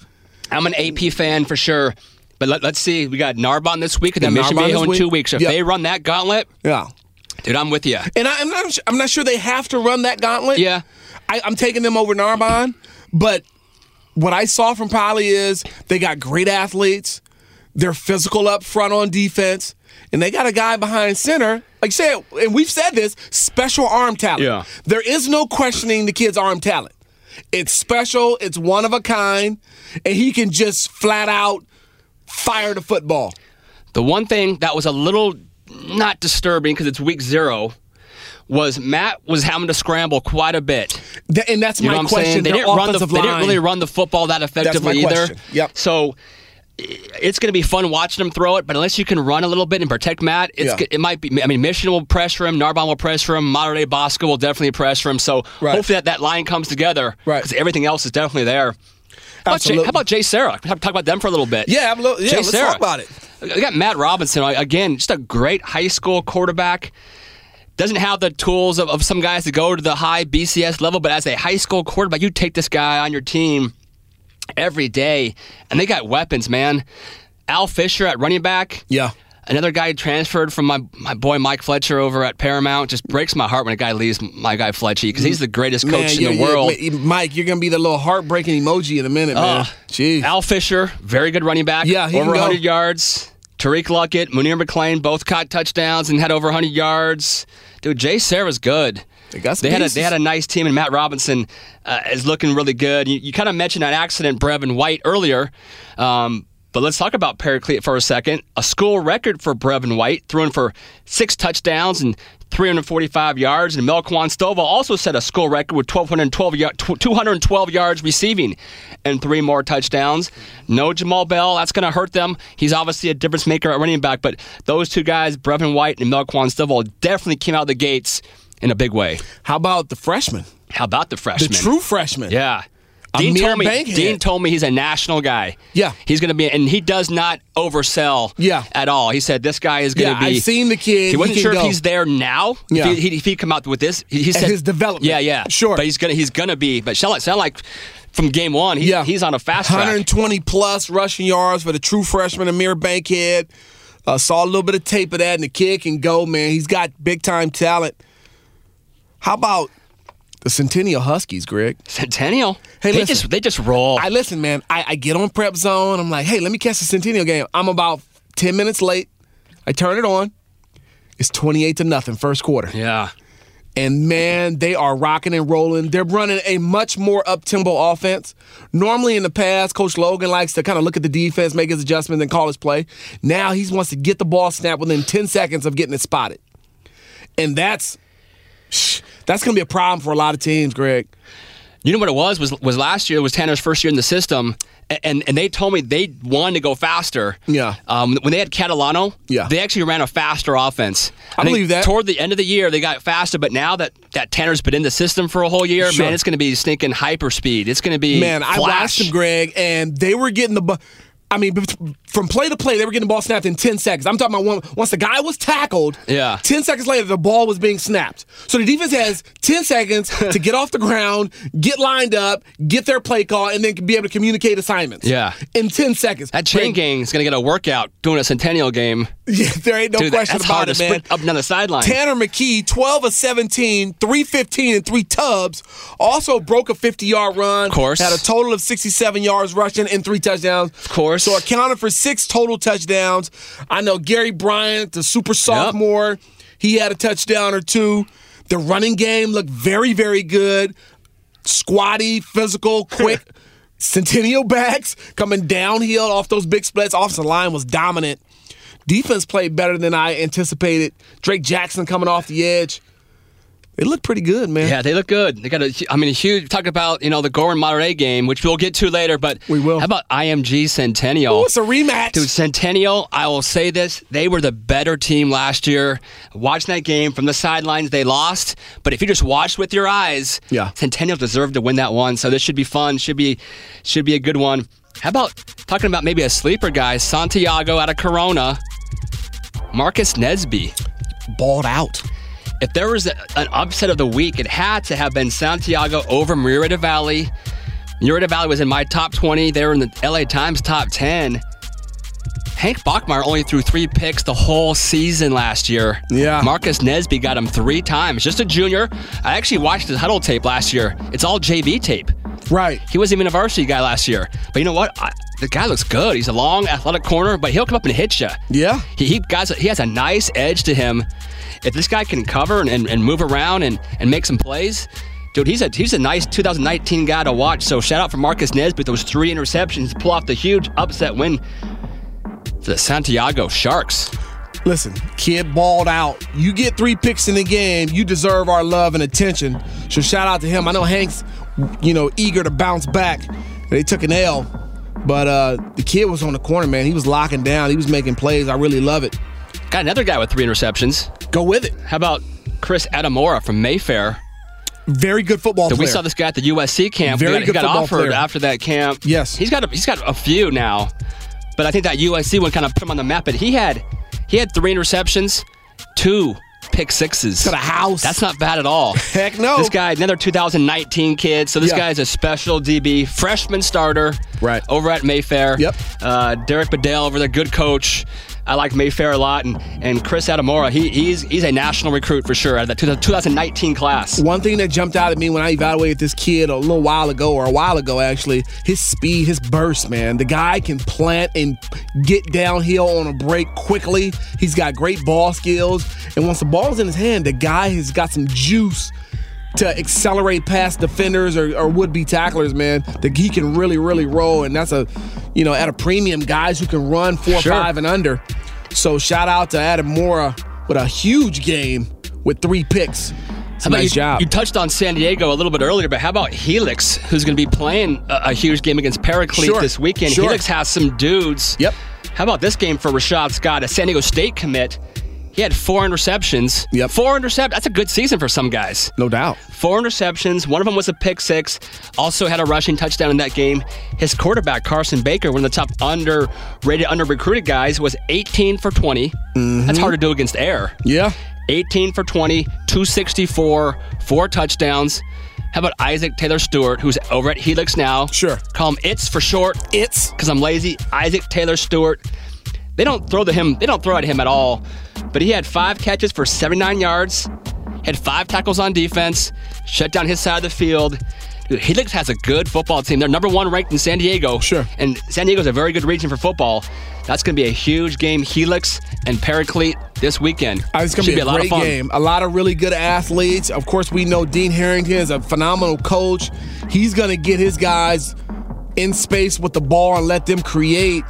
I'm an AP fan for sure. But let, us see. We got Narbonne this week and then Yeah, Mission Narbonne this Viejo in week. two weeks. If Yeah. they run that gauntlet, yeah. dude, I'm with you. And I, I'm, not, su- I'm not sure they have to run that gauntlet. Yeah. I, I'm taking them over Narbonne, but what I saw from Polly is they got great athletes. They're physical up front on defense, and they got a guy behind center. Like you said, and we've said this special arm talent. Yeah. There is no questioning the kid's arm talent. It's special, it's one of a kind, and he can just flat out fire the football. The one thing that was a little not disturbing because it's week zero was Matt was having to scramble quite a bit. Th- And that's You my know what I'm question. saying? They Their didn't, run the, offensive they didn't line- really run the football that effectively either. question. Yep. So i- it's going to be fun watching him throw it, but unless you can run a little bit and protect Matt, it's Yeah. g- it might be. I mean, Mission will pressure him, Narbonne will pressure him, Modern Day Bosco will definitely pressure him. So Right. hopefully that, that line comes together Right. because everything else is definitely there. How about, Jay, Absolutely. how about Jay Sarah? Talk about them for a little bit. Yeah, I'm a little- yeah, Jay let's Sarah. talk about it. I got Matt Robinson again, just a great high school quarterback. Doesn't have the tools of, of some guys to go to the high BCS level, but as a high school quarterback, you take this guy on your team every day, and they got weapons, man. Al Fisher at running back. Yeah. Another guy transferred from my, my boy Mike Fletcher over at Paramount. Just breaks my heart when a guy leaves my guy Fletchy because he's the greatest Man, coach you're- in the you're- world. Ma- Mike, you're gonna be the little heartbreaking emoji in a minute, man. Ugh. Jeez. Ah. Al Fisher, very good running back. Yeah, he over can go. 100 yards. Tariq Luckett, Munir McClain, both caught touchdowns and had over 100 yards. Dude, Jay Sarah's good. They got some had a, pieces. they had a nice team, and Matt Robinson uh, is looking really good. You, you kind of mentioned on accident Brevin White earlier, um, but let's talk about Paraclete for a second. A school record for Brevin White, threw in for six touchdowns and 345 yards, and Melquan Stovall also set a school record with 1,212 ya- tw- 212 yards receiving and three more touchdowns. No Jamal Bell, that's going to hurt them. He's obviously a difference maker at running back, but those two guys, Brevin White and Melquan Stovall, definitely came out of the gates in a big way. How about the freshman? How about the freshman? The true freshman. Yeah. Amir Dean told, me, Bankhead. Dean told me he's a national guy. Yeah. He's going to be, and he does not oversell Yeah. at all. He said, this guy is going to Yeah, be. I've seen the kid. He He wasn't can sure if go. he's there now. Yeah. If, he, he, if he'd come out with this, he, he said. his development. Yeah, yeah. Sure. But he's going to he's gonna be, but sound like, sound like from game one, he, Yeah. he's on a fast track. 120 plus rushing yards for the true freshman Amir Bankhead. Uh, saw a little bit of tape of that, and the kid can go, man. He's got big time talent. How about the Centennial Huskies, Greg? Centennial. Hey, they, listen. just, they just roll. I listen, man. I, I get on prep zone. I'm like, hey, let me catch the Centennial game. I'm about 10 minutes late. I turn it on. It's 28 to nothing, first quarter. yeah. And man, they are rocking and rolling. They're running a much more up tempo offense. Normally in the past, Coach Logan likes to kind of look at the defense, make his adjustments, and call his play. Now he wants to get the ball snapped within 10 seconds of getting it spotted. And that's shh, that's gonna be a problem for a lot of teams, Greg. You know what it was was was last year was Tanner's first year in the system, a- and and they told me they wanted to go faster. Yeah. Um, when they had Catalano, Yeah. they actually ran a faster offense. I think believe that. Toward the end of the year, they got faster, but now that that Tanner's been in the system for a whole year, Sure. man, it's going to be stinking hyper speed. It's going to be Man, I flash. watched them, Greg, and they were getting the bu- I mean, bet- from play to play, they were getting the ball snapped in 10 seconds. I'm talking about one, once the guy was tackled, Yeah. 10 seconds later, the ball was being snapped. So the defense has 10 seconds to get off the ground, get lined up, get their play call, and then be able to communicate assignments. Yeah. In 10 seconds. That chain Greg, gang is going to get a workout doing a centennial game. Yeah, there ain't no Dude, question that's hard about to it, man. sprint up and down the sideline. Tanner McKee, 12 of 17, 315 and three tubs. Also broke a 50 yard run. Of course. Had a total of 67 yards rushing and three touchdowns. Of course. So accounted for six total touchdowns. I know Gary Bryant, the super sophomore, he had a touchdown or two. The running game looked very, very good. Squatty, physical, quick. Centennial backs coming downhill off those big splits. Offensive line was dominant. Defense played better than I anticipated. Drake Jackson coming off the edge. It looked pretty good, man. Yeah, they look good. They got a, hu- I mean, a huge. Talk about you know the Gorin Monterey game, which we'll get to later. But We will. How about IMG Centennial? Ooh, it's a rematch. Dude, Centennial, I will say this. They were the better team last year. Watching that game from the sidelines, they lost. But if you just watched with your eyes, Yeah. Centennial deserved to win that one. So this should be fun. Should be should be a good one. How about talking about maybe a sleeper guy, Santiago out of Corona, Marcus Nesby. Balled out. If there was a, an upset of the week, it had to have been Santiago over Murrieta Valley. Murrieta Valley was in my top 20. They were in the LA Times top 10. Hank Bachmeyer only threw three picks the whole season last year. Yeah. Marcus Nesby got him three times. Just a junior. I actually watched his huddle tape last year. It's all JV tape. Right. He wasn't even a varsity guy last year. But you know what? I, the guy looks good. He's a long, athletic corner, but he'll come up and hit you. Yeah. He, he, guys, he has a nice edge to him. If this guy can cover and, and, and move around and, and make some plays, dude, he's a he's a nice 2019 guy to watch. So shout out for Marcus Nesbitt, those three interceptions, pull off the huge upset win to the Santiago Sharks. Listen, kid balled out. You get three picks in the game, you deserve our love and attention. So shout out to him. I know Hank's, you know, eager to bounce back. They took an L, but uh the kid was on the corner, man. He was locking down. He was making plays. I really love it. Got another guy with three interceptions. Go with it. How about Chris Adamora from Mayfair? Very good football That player. we saw this guy at the USC camp. Very he got, good he got football offered player. after that camp. Yes. he's got a, he's got a few now, but I think that USC one kind of put him on the map. But he had he had three interceptions, two pick sixes to the house. That's not bad at all. Heck no. This guy, another 2019 kid. So this Yeah. guy is a special DB, freshman starter, Right. over at Mayfair. Yep. Uh, Derek Bedell over there, good coach. I liked Mayfair a lot, and and Chris Adamora. He he's he's a national recruit for sure out of that 2000 2019 class. One thing that jumped out at me when I evaluated this kid a little while ago, or a while ago actually, his speed, his burst, man. The guy can plant and get downhill on a break quickly. He's got great ball skills. And once the ball's in his hand, the guy has got some juice to accelerate past defenders or, or would be tacklers, man. That he can really, really roll. And that's a, you know, at a premium, guys who can run four, Sure. five, and under. So shout out to Adam Mora with a huge game with three picks. It's a How about nice you, job. you touched on San Diego a little bit earlier, but how about Helix, who's going to be playing a, a huge game against Pericles Sure, this weekend? sure. Helix has some dudes. Yep. How about this game for Rashad Scott, a San Diego State commit? He had four interceptions. Yep. Four interceptions. That's a good season for some guys. no doubt. Four interceptions. One of them was a pick six. Also had a rushing touchdown in that game. His quarterback, Carson Baker, one of the top underrated, under recruited guys, was 18 for 20. Mm-hmm. That's hard to do against air. Yeah. 18 for 20, 264, four touchdowns. How about Isaac Taylor Stewart, who's over at Helix now? Sure. Call him It's for short, It's because I'm lazy. Isaac Taylor Stewart. They don't throw to him. They don't throw at him at all. But he had five catches for 79 yards. Had five tackles on defense. Shut down his side of the field. Dude, Helix has a good football team. They're number one ranked in San Diego. Sure. And San Diego's a very good region for football. That's going to be a huge game. Helix and Paraclete this weekend. Uh, It's going Should to be a lot great of fun. game. A lot of really good athletes. Of course, we know Dean Harrington is a phenomenal coach. He's going to get his guys in space with the ball and let them create.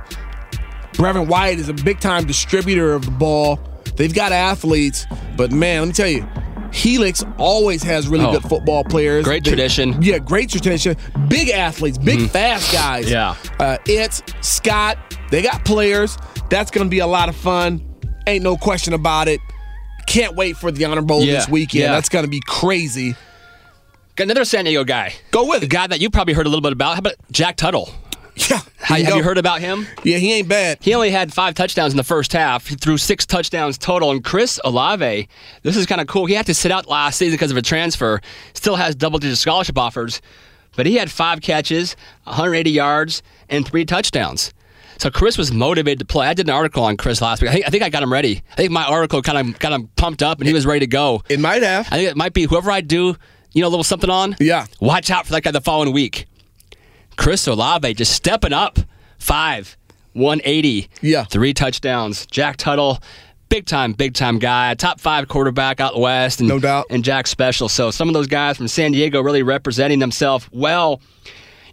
Brevin White is a big time distributor of the ball. They've got athletes, but man, let me tell you, Helix always has really Oh. good football players. Great tradition. Yeah, great tradition. Big athletes, big fast guys. Mm-hmm. Yeah. Uh, it's Scott. They got players. That's going to be a lot of fun. Ain't no question about it. Can't wait for the Honor Bowl Yeah, this weekend. yeah. That's going to be crazy. Got Another San Diego guy. Go with A it. guy that you probably heard a little bit about. How about Jack Tuttle? Yeah. How, Here have go. you heard about him? Yeah, he ain't bad. He only had five touchdowns in the first half. He threw six touchdowns total. And Chris Olave, this is kind of cool. He had to sit out last season because of a transfer. Still has double digit scholarship offers, but he had five catches, 180 yards, and three touchdowns. So Chris was motivated to play. I did an article on Chris last week. I think, I think I got him ready. I think my article kind of got him pumped up, and he was ready to go. It might have. I think it might be whoever I do, you know, a little something on. Yeah. Watch out for that guy the following week. Chris Olave just stepping up. Five, 180. Yeah. Three touchdowns. Jack Tuttle, big time, big time guy. Top five quarterback out west. And, No doubt. And Jack Special. So some of those guys from San Diego really representing themselves well.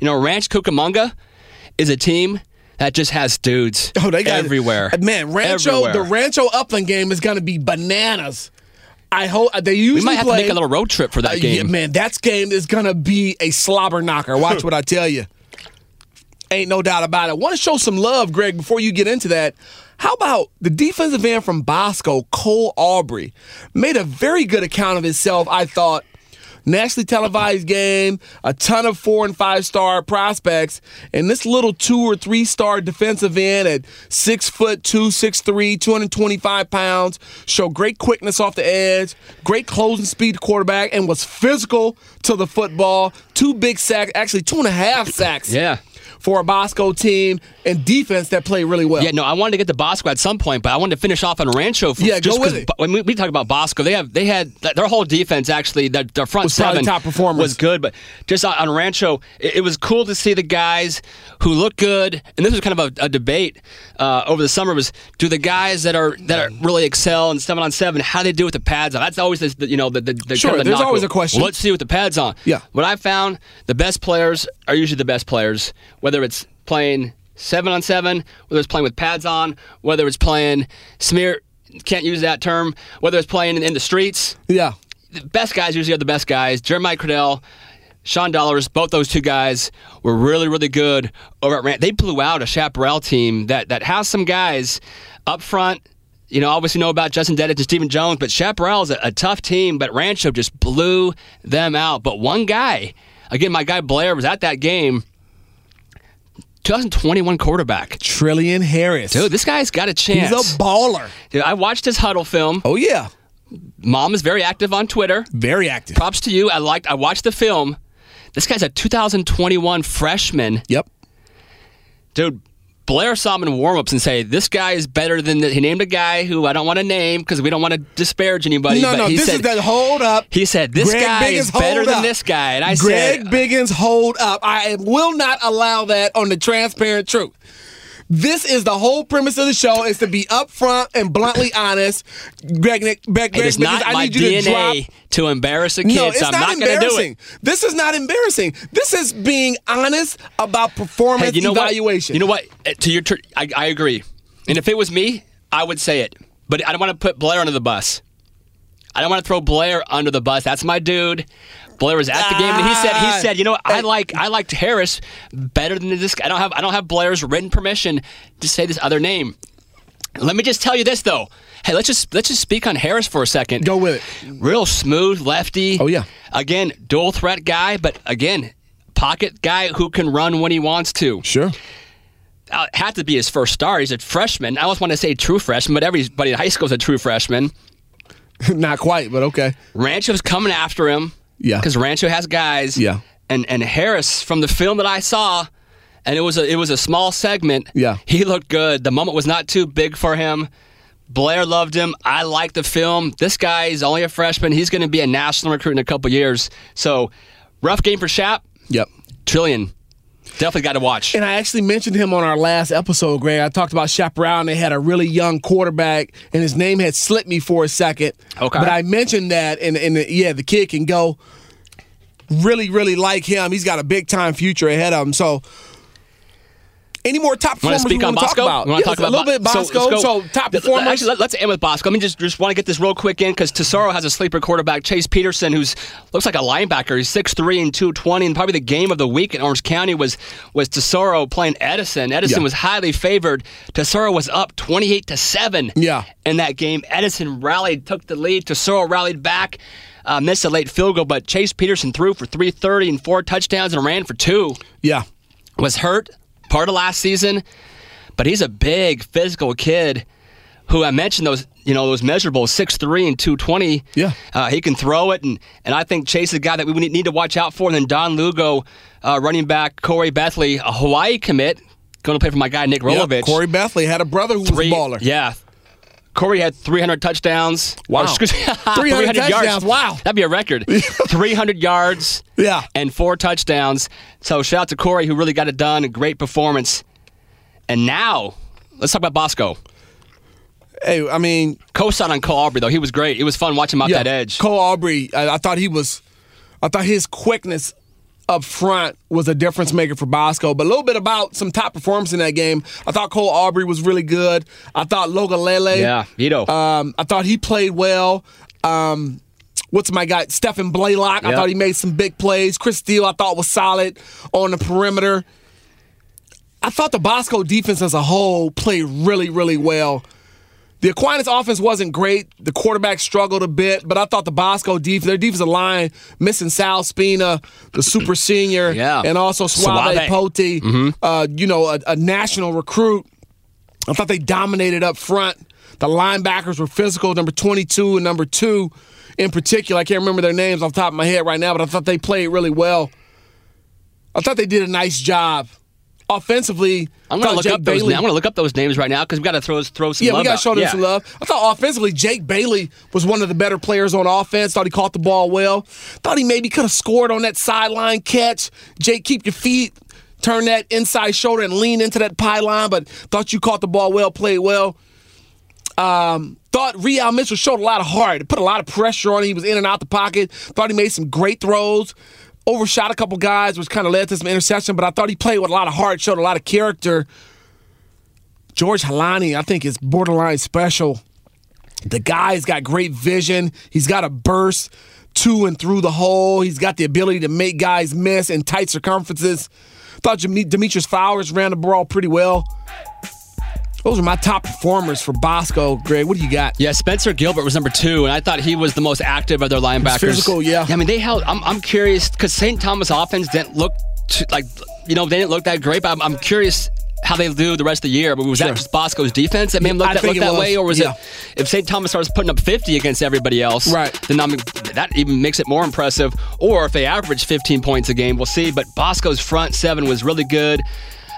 You know, Ranch Cucamonga is a team that just has dudes Oh, they got everywhere. Man, Rancho, Everywhere. the Rancho Upland game is going to be bananas. I hope uh, they usually we might have play, to make a little road trip for that Uh, game. Yeah, man, that game is gonna be a slobber knocker. Watch what I tell you. Ain't no doubt about it. Want to show some love, Greg? Before you get into that, how about the defensive end from Bosco, Cole Aubrey, made a very good account of himself. I thought nationally televised game, a ton of four and five star prospects, and this little two or three star defensive end at six foot two, six three, 225 pounds, showed great quickness off the edge, great closing speed to quarterback, and was physical to the football. Two big sacks, actually two and a half sacks. Yeah. For a Bosco team and defense that played really well. Yeah, no, I wanted to get to Bosco at some point, but I wanted to finish off on Rancho. For, Yeah, go just with 'cause it. Bo- When we, we talk about Bosco, they have they had th- their whole defense actually. Their, their front Was seven probably top performers. was good, but just on, on Rancho, it, it was cool to see the guys who look good. And this was kind of a, a debate uh, over the summer: was do the guys that are that are really excel in seven on seven, how they do with the pads on? That's always this, the, you know the the, the Sure, kind of the there's knock. always a question. Let's see with the pads on. Yeah. What I found, the best players are usually the best players, whether it's playing seven on seven, whether it's playing with pads on, whether it's playing smear, can't use that term, whether it's playing in, in the streets. Yeah. The best guys usually are the best guys. Jeremiah Cradell, Sean Dollars, both those two guys were really, really good over at Rand. They blew out a Chaparral team that, that has some guys up front. You know, obviously know about Justin Dedich and Stephen Jones, but Chaparral is a, a tough team, but Rancho just blew them out. But one guy, again, my guy Blair was at that game, 2021 quarterback. Trillion Harris. Dude, this guy's got a He's chance. a baller. Dude, I watched his huddle film. Oh, yeah. Mom is very active on Twitter Very active. props to you. I liked. I watched the film. This guy's a 2021 freshman, Yep. dude. Blair saw him in warm-ups and say, "This guy is better than." The, he named a guy who I don't want to name because we don't want to disparage anybody. No, but no, he this said, is that hold up. He said, "This Greg guy Biggins, is better hold than up. this guy," and I Greg said, Biggins, hold up. I will not allow that on the transparent truth. This is the whole premise of the show is to be upfront and bluntly honest. Greg, Nick, Greg, "It Greg is Biggins, not I my need you to drop DNA to embarrass a kid, no, it's so I'm not, not, going to do embarrassing. it." This is not embarrassing. This is being honest about performance Hey, you know evaluation. What? You know what? Uh, To your, tur I, I agree. And if it was me, I would say it. But I don't want to put Blair under the bus. I don't want to throw Blair under the bus. That's my dude. Blair was at the game, and he said, Ah. "He said, you know, what? I like I liked Harris better than this. guy. I don't have I don't have Blair's written permission to say this other name. Let me just tell you this though. Hey, let's just let's just speak on Harris for a second. Go with it. Real smooth lefty. Oh, yeah. Again, dual threat guy, but again, pocket guy who can run when he wants to. Sure. Uh, had to be his first star. He's a freshman. I always want to say true freshman, but everybody in high school is a true freshman. not quite, but okay. Rancho's coming after him. Yeah. Because Rancho has guys. Yeah. And and Harris from the film that I saw, and it was a it was a small segment. Yeah. He looked good. The moment was not too big for him. Blair loved him. I liked the film. This guy is only a freshman. He's going to be a national recruit in a couple years. So, rough game for Shap. Yep. Trillion. Definitely got to watch. And I actually mentioned him on our last episode, Greg. I talked about Chaparral. They had a really young quarterback, and his name had slipped me for a second. Okay. But I mentioned that, and, and yeah, the kid can go. Really, really like him. He's got a big time future ahead of him. So, any more Want to top performers we speak on want to talk Bosco? about? You wanna Yes, talk a little Bo- bit Bosco. So, let's go- top Th- performers. Actually, let, us end with Bosco. Let me just just want to get this real quick in because Tesoro has a sleeper quarterback, Chase Peterson, who's looks like a linebacker. He's 6'3 and 220, and probably the game of the week in Orange County was was Tesoro playing Edison. Edison Yeah. was highly favored. Tesoro was up 28 to seven. Yeah. In that game, Edison rallied, took the lead. Tesoro rallied back. Uh, missed a late field goal, but Chase Peterson threw for 330 and four touchdowns and ran for two yeah. was hurt part of last season, but he's a big physical kid who I mentioned those you know those measurables six three and two twenty. Yeah. uh, he can throw it, and and I think Chase is a guy that we would need to watch out for. And then Don Lugo, uh, running back Corey Bethley, a Hawaii commit, going to play for my guy Nick Yep, Rolovich. Corey Bethley had a brother who Three- was a baller. Yeah. Corey had 300 touchdowns. Wow. Or excuse me, 300 touchdowns, wow. That'd be a record. 300 yards. Yeah. And four touchdowns. So shout out to Corey, who really got it done. A great performance. And now, let's talk about Bosco. Hey, I mean, Co-sign on Cole Aubrey, though. He was great. It was fun watching him out that edge. Cole Aubrey, I, I thought he was, I thought his quickness up front was a difference maker for Bosco. But a little bit about some top performance in that game. I thought Cole Aubrey was really good. I thought Logalele. yeah, Vito. Um, I thought he played well. Um, what's my guy? Stephen Blaylock. I Yeah. thought he made some big plays. Chris Steele, I thought was solid on the perimeter. I thought the Bosco defense as a whole played really, really well. The Aquinas offense wasn't great. The quarterback struggled a bit, but I thought the Bosco defense, their defensive line, missing Sal Spina, the super senior, Yeah. and also Suave, Suave. Mm-hmm. Poti, uh, you know, a, a national recruit. I thought they dominated up front. The linebackers were physical, number 22 and number two in particular. I can't remember their names off the top of my head right now, but I thought they played really well. I thought they did a nice job. Offensively, I'm gonna thought look Jake up those. Bailey- na- I'm gonna look up those names right now because we gotta throw throw some. yeah, we love got to out. show them Yeah. some love. I thought offensively, Jake Bailey was one of the better players on offense. Thought he caught the ball well. Thought he maybe could have scored on that sideline catch. Jake, keep your feet, turn that inside shoulder and lean into that pylon. But thought you caught the ball well, played well. Um, thought Real Mitchell showed a lot of heart. Put a lot of pressure on him. He was in and out the pocket. Thought he made some great throws. Overshot a couple guys, which kind of led to some interception. But I thought he played with a lot of heart, showed a lot of character. George Halani, I think, is borderline special. The guy's got great vision. He's got a burst to and through the hole. He's got the ability to make guys miss in tight circumferences. Thought Deme- Demetrius Flowers ran the ball pretty well. Those are my top performers for Bosco. Greg, what do you got? Yeah, Spencer Gilbert was number two, and I thought he was the most active of their linebackers. physical, yeah. I mean, they held. I'm, I'm curious because St. Thomas offense didn't look too, like you know they didn't look that great, but I'm, I'm curious how they do the rest of the year. But was Sure. that just Bosco's defense that made them look I that, think look it that was, way, or was yeah. it if St. Thomas starts putting up 50 against everybody else, Right. Then I'm, that even makes it more impressive. Or if they average 15 points a game, we'll see. But Bosco's front seven was really good.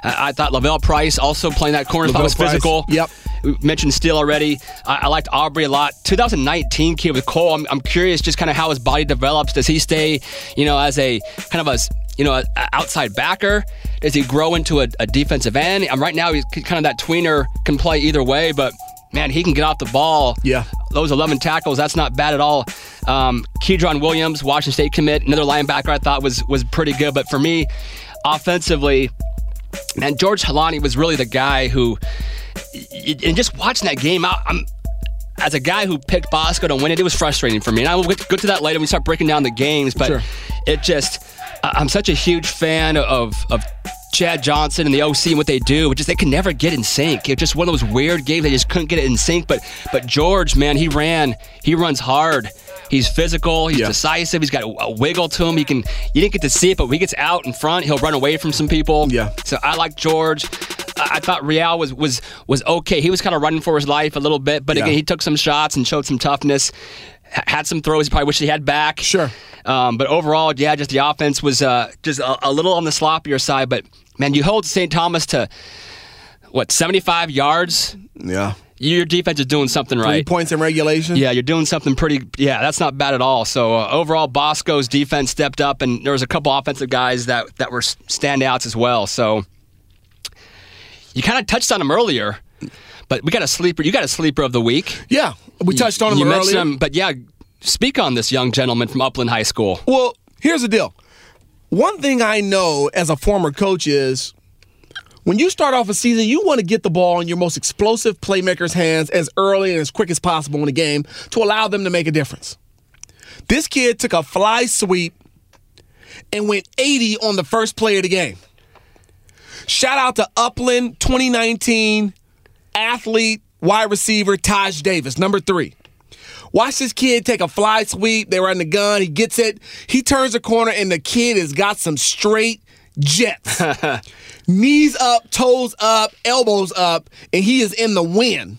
I, I thought Lavelle Price also playing that corner spot Lavelle was Price, physical. yep. We mentioned Steele already. I, I liked Aubrey a lot. 2019 kid with Cole. I'm, I'm curious just kind of how his body develops. Does he stay, you know, as a kind of a s- you know a, a outside backer? Does he grow into a, a defensive end? Um, right now he's kind of that tweener, can play either way, but man, he can get off the ball. Yeah. Those 11 tackles, that's not bad at all. Um, Keydron Williams, Washington State commit, another linebacker I thought was was pretty good. But for me, offensively, man, George Halani was really the guy who, and just watching that game, I, I'm as a guy who picked Bosco to win it, it was frustrating for me. And I will get, get to that later when we start breaking down the games. But Sure. it just, I- I'm such a huge fan of of Chad Johnson and the OC and what they do, which is they can never get in sync. It's just one of those weird games they just couldn't get it in sync. But but George, man, he ran, he runs hard. He's physical. He's Yeah. decisive. He's got a, a wiggle to him. He can. You didn't get to see it, but when he gets out in front, he'll run away from some people. Yeah. So I like George. I I thought Real was was was okay. He was kind of running for his life a little bit, but Yeah. again, he took some shots and showed some toughness. H- Had some throws he probably wished he had back. Sure. Um, but overall, yeah, just the offense was uh, just a, a little on the sloppier side. But man, you hold St. Thomas to what seventy five yards. Yeah. Your defense is doing something Three right. points in regulation. Yeah, you're doing something pretty. Yeah, that's not bad at all. So uh, overall, Bosco's defense stepped up, and there was a couple offensive guys that that were s- standouts as well. So you kind of touched on them earlier, but we got a sleeper. You got a sleeper of the week. Yeah. We touched on him you earlier. mentioned him, but yeah, speak on this young gentleman from Upland High School. Well, here's the deal. One thing I know as a former coach is when you start off a season, you want to get the ball in your most explosive playmakers' hands as early and as quick as possible in the game to allow them to make a difference. This kid took a fly sweep and went 80 on the first play of the game. Shout out to Upland 2019 athlete wide receiver Taj Davis, number three. Watch this kid take a fly sweep. They run the gun. He gets it. He turns the corner, and the kid has got some straight jets. Knees up, toes up, elbows up, and he is in the wind.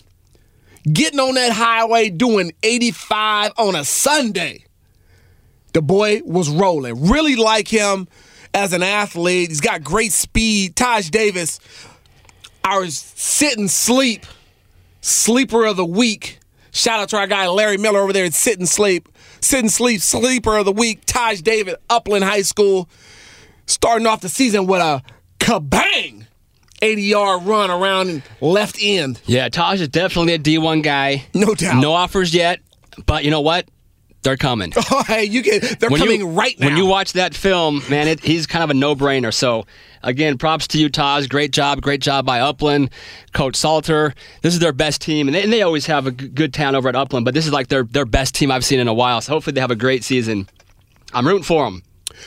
Getting on that highway, doing 85 on a Sunday. The boy was rolling. Really like him as an athlete. He's got great speed. Taj Davis, our sit and sleep sleeper of the week. Shout out to our guy Larry Miller over there at Sit and Sleep. Sit and Sleep sleeper of the week, Taj David, Upland High School. Starting off the season with a kabang 80 yard run around left end. Yeah, Taj is definitely a D1 guy. No doubt. No offers yet, but you know what? They're coming. Oh, hey, you can they're coming right now. When you watch that film, man, it, he's kind of a no-brainer. So, again, props to you, Taj. Great job, great job by Upland, Coach Salter. This is their best team, and they, and they always have a g- good town over at Upland. But this is like their their best team I've seen in a while. So hopefully they have a great season. I'm rooting for them.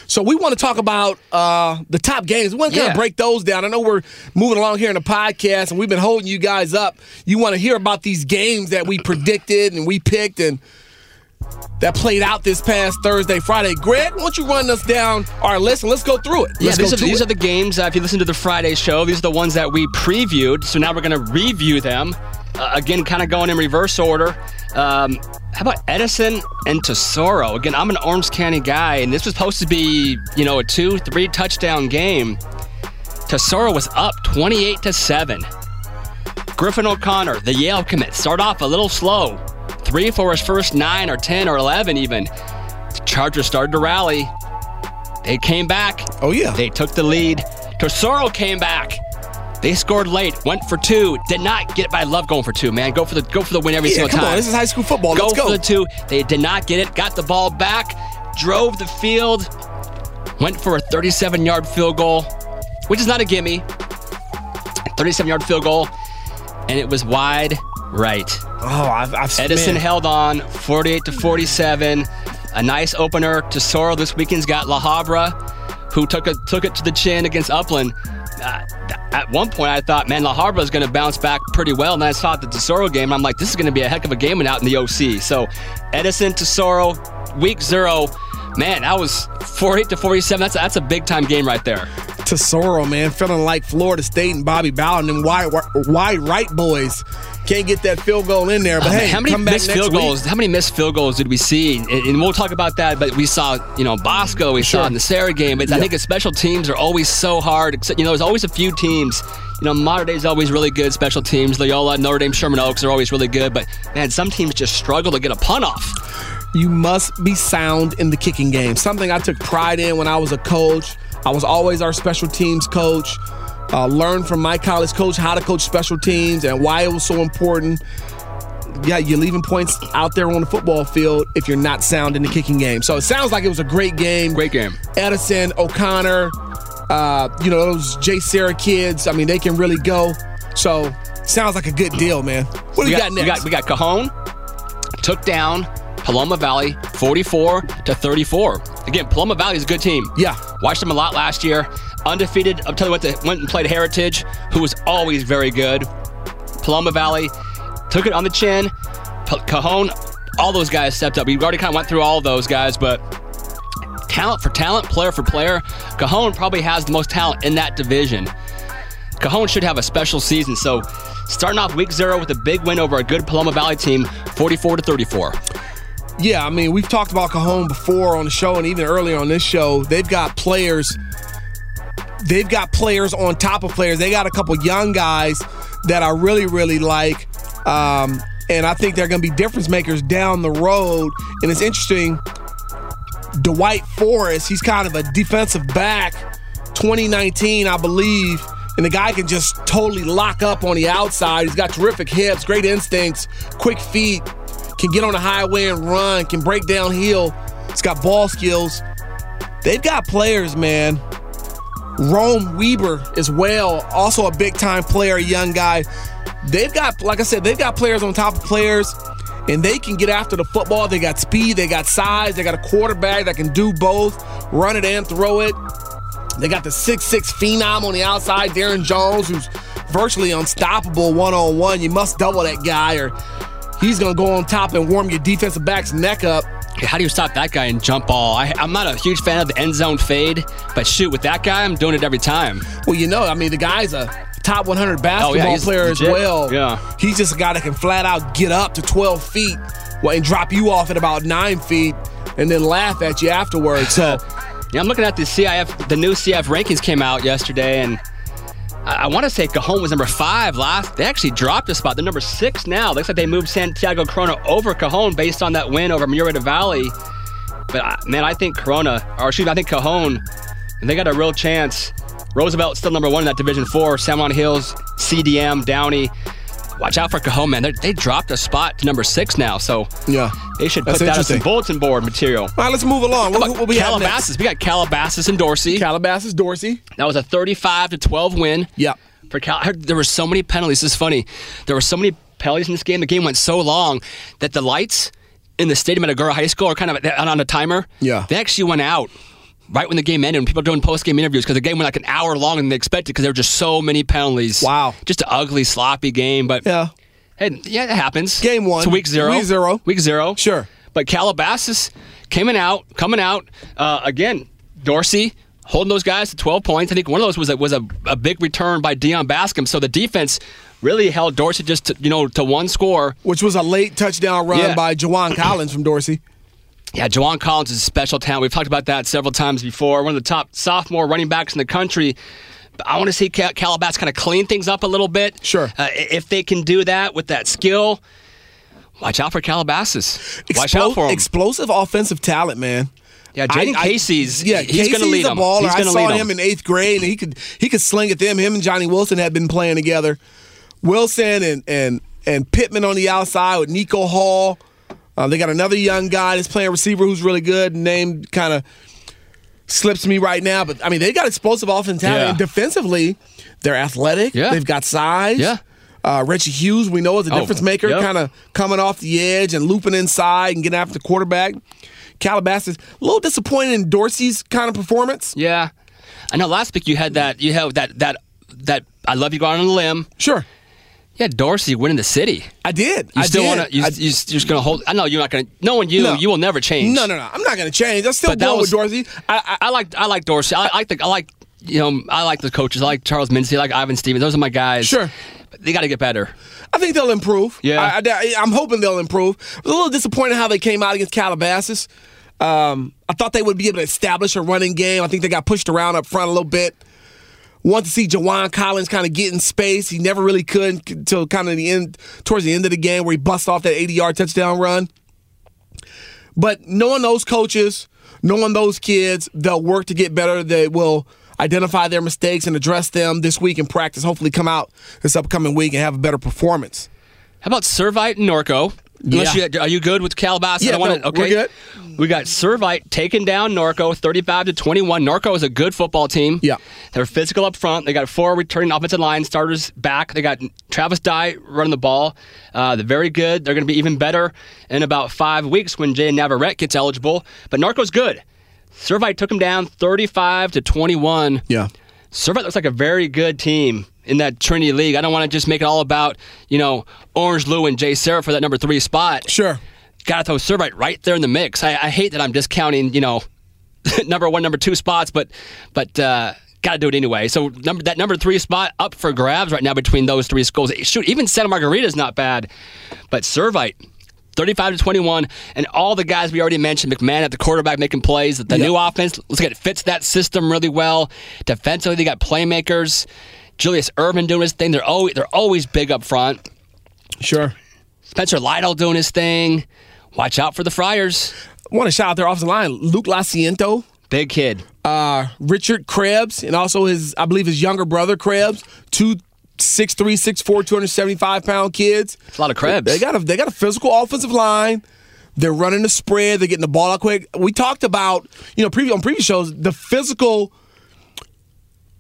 So we want to talk about uh, the top games. We want to kind Yeah. of break those down. I know we're moving along here in the podcast, and we've been holding you guys up. You want to hear about these games that we predicted and we picked and that played out this past Thursday, Friday. Greg, why don't you run us down our list and let's go through it. Yeah, Let's these, go are, to these it. are the games. Uh, if you listen to the Friday show, these are the ones that we previewed. So now we're going to review them. Uh, again, kind of going in reverse order. Um, how about Edison and Tesoro? Again, I'm an Orange County guy, and this was supposed to be, you know, a two, three touchdown game. Tesoro was up 28 to 7. Griffin O'Connor, the Yale commit, start off a little slow. Three for his first nine or 10 or 11 even. The Chargers started to rally. They came back. Oh, yeah. They took the lead. Tesoro came back. They scored late, went for two, did not get it, but I love going for two, man. Go for the go for the win every yeah, single come time. on. This is high school football. go, let's for go. the two. They did not get it, got the ball back, drove the field, went for a 37 yard field goal, which is not a gimme. 37 yard field goal, and it was wide right. oh, I've, I've Edison man. held on 48 to 47. A nice opener to Sorrel this weekend's got La Habra, who took it took it to the chin against Upland. Uh, th- at one point, I thought, man, La Habra is going to bounce back pretty well. And then I saw the Tesoro game, and I'm like, this is going to be a heck of a game and out in the OC. So, Edison Tesoro, week zero, man, that was 48 to 47. That's that's a big time game right there. Tesoro, man, feeling like Florida State and Bobby Bowden and why why right boys can't get that field goal in there. But Oh, man, hey, how many come back missed next field week. goals? How many missed field goals did we see? And, and we'll talk about that. But we saw, you know, Bosco. We saw in the Sarah game. But I think the special teams are always so hard. Except, you know, there's always a few teams. You know, modern day is always really good. Special teams, Loyola, Notre Dame, Sherman Oaks are always really good. But man, some teams just struggle to get a punt off. you must be sound in the kicking game. Something I took pride in when I was a coach. I was always our special teams coach. Uh, learned from my college coach how to coach special teams and why it was so important. Yeah, you're leaving points out there on the football field if you're not sound in the kicking game. So it sounds like it was a great game. Great game. Edison, O'Connor, uh, you know, those J. Sarah kids. I mean, they can really go. So sounds like a good deal, man. What do we, got, We next? got, we got Cajon took down Paloma Valley 44 to 34. Again, Paloma Valley is a good team. Yeah. Watched them a lot last year. Undefeated. I'm telling you what, they went and played Heritage, who was always very good. Paloma Valley took it on the chin. P- Cajon, all those guys stepped up. We've already kind of went through all of those guys, but talent for talent, player for player, Cajon probably has the most talent in that division. Cajon should have a special season. So, starting off week zero with a big win over a good Paloma Valley team, 44 to 34. Yeah, I mean, we've talked about Cajon before on the show and even earlier on this show. They've got players. They've got players on top of players. They got a couple young guys that I really, really like. Um, and I think they're going to be difference makers down the road. And it's interesting, Dwight Forrest, he's kind of a defensive back, 2019, I believe. And the guy can just totally lock up on the outside. He's got terrific hips, great instincts, quick feet, can get on the highway and run, can break downhill. He's got ball skills. They've got players, man. Rome Weber as well, also a big time player, a young guy. They've got, like I said, they've got players on top of players, and they can get after the football. They got speed, they got size, they got a quarterback that can do both, run it and throw it. They got the six-six phenom on the outside, Darren Jones, who's virtually unstoppable one on one. You must double that guy, or he's gonna go on top and warm your defensive back's neck up. How do you stop that guy and jump ball? I, I'm not a huge fan of the end zone fade, but shoot, with that guy, I'm doing it every time. Well, you know, I mean, the guy's a top 100 basketball Oh, he's player legit. as well. Yeah. He's just a guy that can flat out get up to 12 feet well, and drop you off at about nine feet and then laugh at you afterwards. So, Yeah, I'm looking at the CIF, the new CIF rankings came out yesterday, and I, I want to say Cajon was number five last. They actually dropped a spot. They're number six now. Looks like they moved Santiago Corona over Cajon based on that win over Murrieta Valley. But I, man, I think Corona, or excuse me, I think Cajon, they got a real chance. Roosevelt still number one in that Division Four. San Juan Hills, CDM, Downey. Watch out for Cajon, man. They're, they dropped a spot to number six now, so yeah. they should put that on That's some interesting. bulletin board material. All right, let's move along. What, what we have next? Calabasas. We got Calabasas and Dorsey. Calabasas, Dorsey. That was a 35 to 12 win. Yep. For Cal, I heard there were so many penalties. This is funny. There were so many penalties in this game. The game went so long that the lights in the stadium at Agoura High School are kind of on on a timer. Yeah. They actually went out right when the game ended. When people are doing post game interviews because the game went like an hour longer than they expected because there were just so many penalties. Wow. Just an ugly, sloppy game. But Yeah. Hey, yeah, it happens. Game one. It's week zero. Week zero. Week zero. Sure. But Calabasas coming out, coming out uh, again. Dorsey holding those guys to 12 points. I think one of those was a, was a, a big return by Dion Bascom. So the defense really held Dorsey just to, you know to one score. Which was a late touchdown run Yeah. by Jawan Collins from Dorsey. Yeah, Jawan Collins is a special talent. We've talked about that several times before. One of the top sophomore running backs in the country. But I want to see Cal- Calabasas kind of clean things up a little bit. Sure. Uh, i- if they can do that with that skill, watch out for Calabasas. watch out Explo- for them. Explosive offensive talent, man. yeah, Jaden I- I- Casey's. Yeah, he's going to Casey's lead a them. baller. He's I going to saw lead him them. in eighth grade, and he could he could sling at them. Him and Johnny Wilson had been playing together. Wilson and and and Pittman on the outside with Nico Hall. Uh, they got another young guy that's playing receiver who's really good. Name kind of slips me right now, but I mean they got explosive offensive talent. Yeah. And defensively, they're athletic. Yeah. they've got size. Yeah. Uh, Reggie Hughes, we know is a Oh, difference maker, yep. kind of coming off the edge and looping inside and getting after the quarterback. Calabasas, a little disappointed in Dorsey's kind of performance. yeah, I know. Last week you had that. You had that that that. I love you going on a limb. Sure, Yeah, Dorsey winning the city. I did. You I still did. want to? You, I- you, you're just going to hold? I know you're not going to. Knowing you, No. you will never change. no, no, no. I'm not going to change. I'm still But that going was- with Dorsey. I, I, I like I like Dorsey. I, I like the I like you know, I like the coaches. I like Charles Mincy. I like Ivan Stevens. Those are my guys. Sure. But They got to get better. I think they'll improve. Yeah. I, am hoping they'll improve. I was a little disappointed how they came out against Calabasas. Um, I thought they would be able to establish a running game. I think they got pushed around up front a little bit. Want to see Jawan Collins kind of get in space. He never really could until kind of the end, towards the end of the game where he busts off that 80 yard touchdown run. But knowing those coaches, knowing those kids, they'll work to get better. They will identify their mistakes and address them this week in practice. Hopefully, come out this upcoming week and have a better performance. How about Servite and Norco? Unless Yeah. you, are you good with Calabasas? Yeah, I wanna- no, okay. we're good. We got Servite taking down Norco, 35 to 21. Norco is a good football team. Yeah. They're physical up front. They got four returning offensive line starters back. They got Travis Dye running the ball. Uh, they're very good. They're going to be even better in about five weeks when Jay Navarrete gets eligible. But Norco's good. Servite took him down 35 to 21. Servette looks like a very good team in that Trinity League. I don't want to just make it all about, you know, Orange Lou and Jay Serra for that number three spot. Sure. Got to throw Servette right there in the mix. I, I hate that I'm discounting, you know, number one, number two spots, but but uh, got to do it anyway. So number that number three spot up for grabs right now between those three schools. Shoot, even Santa Margarita's not bad, but Servite. 35 to 21, and all the guys we already mentioned McMahon at the quarterback making plays, the new offense looks like it fits that system really well. Defensively, they got playmakers. Julius Urban doing his thing. They're always, they're always big up front. Sure. Spencer Lytle doing his thing. Watch out for the Friars. I want to shout out their offensive line, Luke Laciento, Big kid. uh, Richard Krebs, and also his, I believe, his younger brother Krebs, two six three, six four, 275 pound kids. It's a lot of Krebs. They got a they got a physical offensive line. They're running the spread. They're getting the ball out quick. We talked about you know previous on previous shows the physical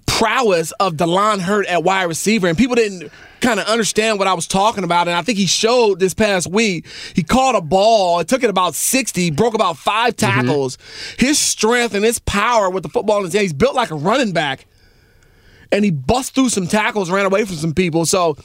prowess of Delon Hurt at wide receiver, and people didn't kind of understand what I was talking about. And I think he showed this past week. He caught a ball. It took it about sixty. Broke about five Mm-hmm. tackles. His strength and his power with the football in his hand. He's built like a running back and he bust through some tackles, ran away from some people. So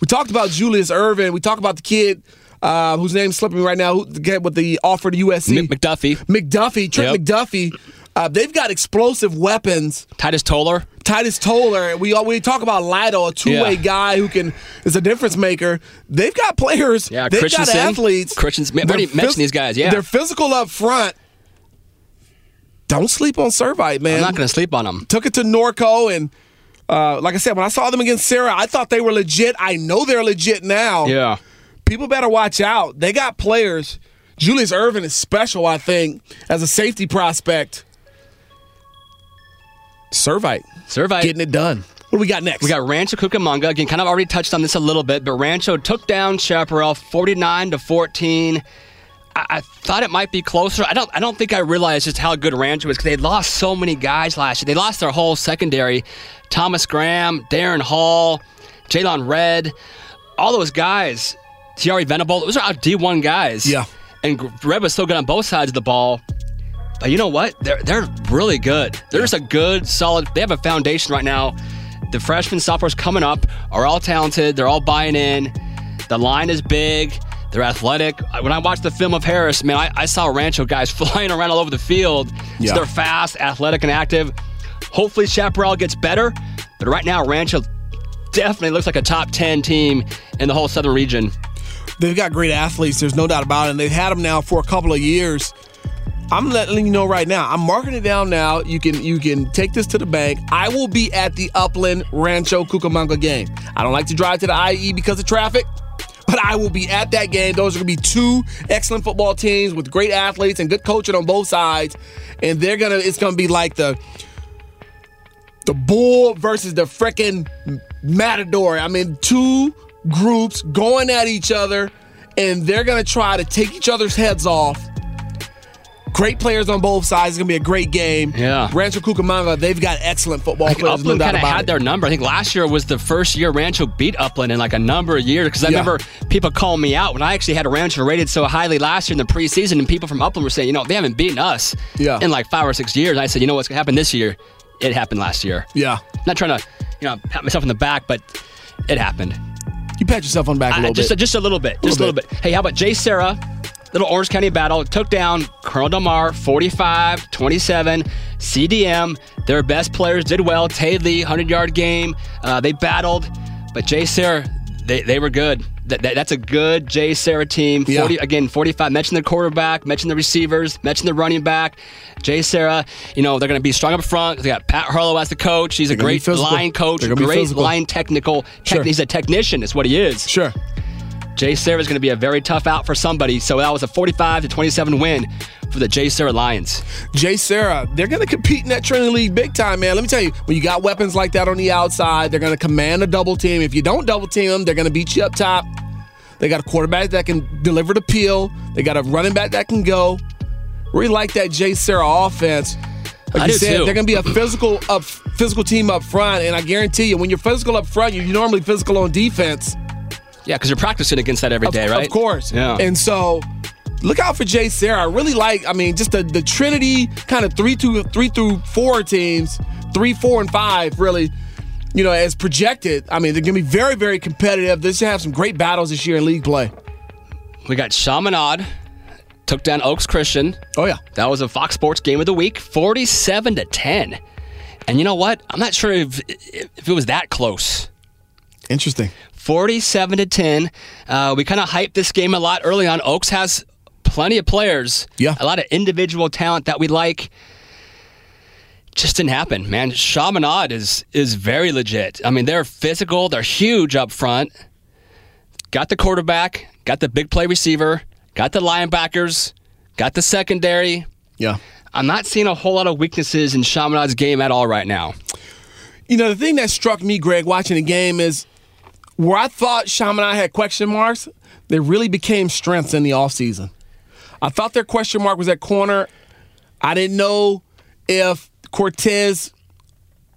we talked about Julius Irvin. We talked about the kid uh, whose name's slipping me right now, who, the kid with the offer to USC. Mc- McDuffie, McDuffie, Trent Yep. McDuffie. Uh, they've got explosive weapons. Titus Toller. Titus Toller. We all- we talk about Lido, a two way Yeah. guy who can is a difference maker. They've got players. Yeah, they've got Christensen. athletes. Christensen. Man, we already They're mentioned these guys, yeah. they're physical up front. Don't sleep on Servite, man I'm not going to sleep on them. took it to Norco and uh, like I said, when I saw them against Sarah, I thought they were legit. I know they're legit now. Yeah. People better watch out. They got players. Julius Irvin is special, I think, as a safety prospect. Servite. Servite. Getting it done. What do we got next? We got Rancho Cucamonga. Again, kind of already touched on this a little bit, but Rancho took down Chaparral 49 to 14. I, I thought it might be closer. I don't I don't think I realized just how good Rancho is because they lost so many guys last year. They lost their whole secondary. Thomas Graham, Darren Hall, Jalen Red, all those guys. Tiari Venable, those are our D1 guys. Yeah. And Gr- Red was still good on both sides of the ball. But Uh, you know what? They're they're really good. They're just a good, solid. They have a foundation right now. The freshmen, sophomores coming up are all talented. They're all buying in. The line is big. They're athletic. I- When I watched the film of Harris, man, I, I saw Rancho guys flying around all over the field. Yeah. So they're fast, athletic, and active. Hopefully, Chaparral gets better. But right now, Rancho definitely looks like a top 10 team in the whole southern region. They've got great athletes. There's no doubt about it. And they've had them now for a couple of years. I'm letting you know right now. I'm marking it down now. You can you can take this to the bank. I will be at the Upland Rancho Cucamonga game. I don't like to drive to the IE because of traffic, but I will be at that game. Those are going to be two excellent football teams with great athletes and good coaching on both sides, and they're gonna. It's gonna be like the the bull versus the freaking matador. I mean, two groups going at each other, and they're gonna try to take each other's heads off. Great players on both sides. It's gonna be a great game. Yeah. Rancho Cucamonga, they've got excellent football Like, players. Upland no doubt kind of about had it. their number. I think last year was the first year Rancho beat Upland in like a number of years because I Yeah. remember people calling me out when I actually had Rancho rated so highly last year in the preseason, and people from Upland were saying, you know, they haven't beaten us Yeah. in like five or six years. And I said, you know what's going to happen this year? It happened last year. Yeah. I'm not trying to, you know, pat myself in the back, but it happened. You pat yourself on the back a I- little just, bit. just a little bit. Just a little Little bit. Hey, how about Jay Sarah? little Orange County battle, took down Colonel Delmar 45 27. CDM, their best players did well. Tay Lee, 100 yard game. Uh, they battled, but Jay Sarah, they, they were good. That, that- that's a good Jay Sarah team. 40, Again, 45. Mention the quarterback, mention the receivers, mention the running back. Jay Sarah, you know, they're going to be strong up front. They got Pat Harlow as the coach. He's a gonna be great physical. line coach, They're gonna be great physical. line technical. tech- Sure. He's a technician, is what he is. Sure. Jay Sarah is going to be a very tough out for somebody. So that was a 45 to 27 win for the Jay Sarah Lions. Jay Sarah, they're going to compete in that Trinity League big time, man. Let me tell you, when you got weapons like that on the outside, they're going to command a double team. If you don't double team them, they're going to beat you up top. They got a quarterback that can deliver the peel. They got a running back that can go. Really like that Jay Sarah offense. Like I you do said, too. they're going to be a physical up physical team up front, and I guarantee you, when you're physical up front, you're normally physical on defense. Yeah, because you're practicing against that every Of- day, of, right? course. Yeah. And so look out for Jay Sarah. I really like, I mean, just the, the Trinity kind of three through three through four teams, three, four, and five really, you know, as projected. I mean, they're gonna be very, very competitive. They're gonna have some great battles this year in league play. we got Shamanad, took down Oaks Christian. Oh yeah. That was a Fox Sports game of the week, 47 to 10. And you know what? I'm not sure if, if it was that close. Interesting. 47 to 10. Uh, we kind of hyped this game a lot early on. Oaks has plenty of players, Yeah. a lot of individual talent that we like. Just didn't happen, man. Chaminade is is very legit. I mean, they're physical, they're huge up front. Got the quarterback, got the big play receiver, got the linebackers, got the secondary. Yeah. I'm not seeing a whole lot of weaknesses in Chaminade's game at all right now. You know, the thing that struck me, Greg, watching the game is where I thought Chaminade had question marks, they really became strengths in the offseason. I thought their question mark was at corner. I didn't know if Cortez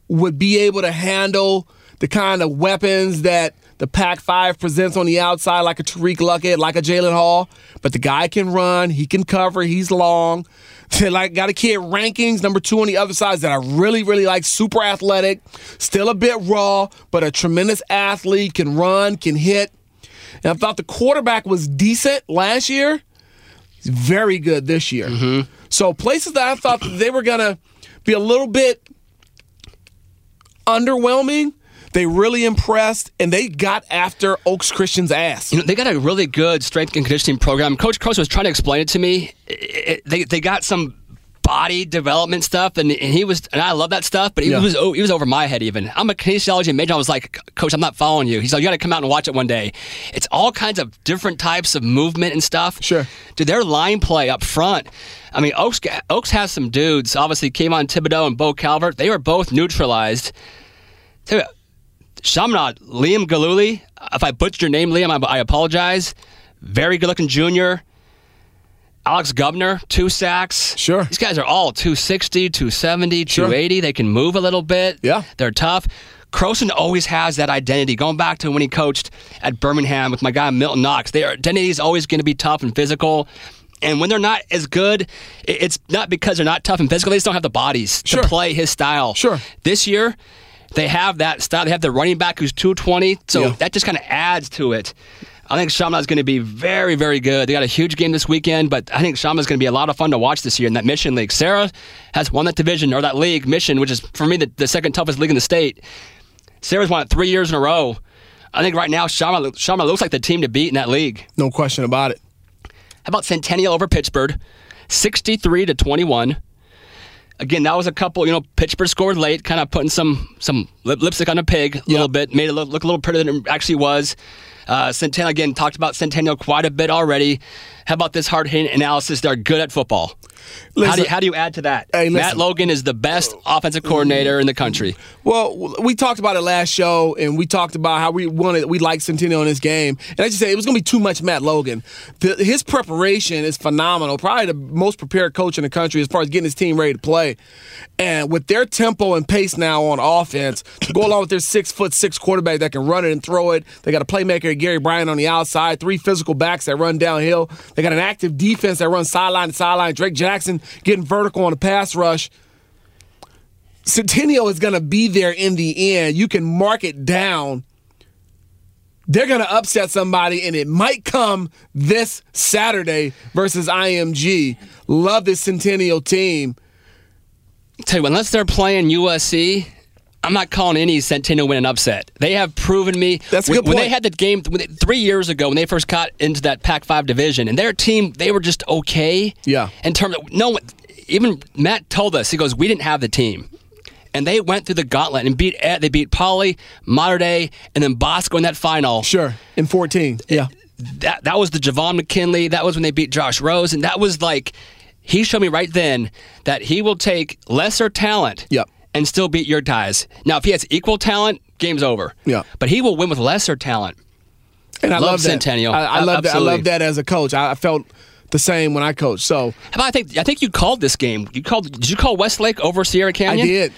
would be able to handle the kind of weapons that the Pac 5 presents on the outside, like a Tariq Luckett, like a Jalen Hall. But the guy can run, he can cover, he's long. like got a kid rankings number two on the other side that I really, really like. Super athletic, still a bit raw, but a tremendous athlete, can run, can hit. And I thought the quarterback was decent last year. He's very good this year. So places that I thought that they were gonna be a little bit underwhelming, they really impressed and they got after Oaks Christian's ass. You know, they got a really good strength and conditioning program. Coach Cross was trying to explain it to me. I- I- they, they got some body development stuff, and, and he was, and I love that stuff, but he Yeah. was oh, he was over my head even. I'm a kinesiology major. I was like, Coach, I'm not following you. He's like, you got to come out and watch it one day. It's all kinds of different types of movement and stuff. Sure. Dude, their line play up front. I mean, Oaks, Oaks has some dudes. Obviously, Kayvon Thibodeau and Bo Calvert. They were both neutralized. Tell you, Shamnat, Liam Galuli. If I butchered your name, Liam, I, I apologize. Very good looking junior. Alex Gubner, two sacks. Sure. These guys are all 260, 270, 280. They can move a little bit. Yeah. They're tough. Croson always has that identity. Going back to when he coached at Birmingham with my guy Milton Knox, their identity is always going to be tough and physical. And when they're not as good, i- it's not because they're not tough and physical. They just don't have the bodies Sure. to play his style. Sure. This year, they have that style. They have the running back who's 220, so Yeah. that just kind of adds to it. I think Shamna's going to be very, very good. They got a huge game this weekend, but I think Shamna's going to be a lot of fun to watch this year in that Mission League. Sarah has won that division or that league, Mission, which is for me the, the second toughest league in the state. Sarah's won it three years in a row. I think right now Shamna, Shamna looks like the team to beat in that league. No question about it. How about Centennial over Pittsburgh, sixty-three to twenty-one. Again, that was a couple. You know, Pittsburgh scored late, kind of putting some some lip, lipstick on a pig a little bit, made it look, look a little prettier than it actually was. Uh, Centennial again talked about Centennial quite a bit already. How about this hard hitting analysis? They're good at football. how, do Listen- you, how do you add to that? Hey, Matt listen. Logan is the best offensive coordinator in the country. Well, we talked about it last show, and we talked about how we wanted, we liked Centennial in this game. And I just said it was going to be too much Matt Logan. The, his preparation is phenomenal, probably the most prepared coach in the country as far as getting his team ready to play. And with their tempo and pace now on offense, to go along with their six foot six quarterback that can run it and throw it, they got a playmaker, Gary Bryant, on the outside, three physical backs that run downhill. They got an active defense that runs sideline to sideline. Drake Jackson getting vertical on the pass rush. Centennial is going to be there in the end. You can mark it down they're going to upset somebody, and it might come this Saturday versus IMG. Love this Centennial team. Tell you what, unless they're playing USC, I'm not calling any Centennial win an upset. They have proven me. That's a when, good When point. they had the game when they- three years ago, when they first got into that Pac-5 division, and their team, they were just okay. Yeah. In terms of no, one- even Matt told us he goes, we didn't have the team, and they went through the gauntlet and beat eh, they beat Poly, Modern Day, and then Bosco in that final. Sure, in 14. Yeah. that that was the Javon McKinley. That was when they beat Josh Rose, and that was like he showed me right then that he will take lesser talent Yep. and still beat your guys. Now, if he has equal talent, game's over. Yeah. but he will win with lesser talent. And I Love love, that. Centennial. I, I A- love that. I absolutely. love that as a coach. I, I felt the same when I coached. So How about I think I think you called this game. You called did you call Westlake over Sierra I Canyon? did.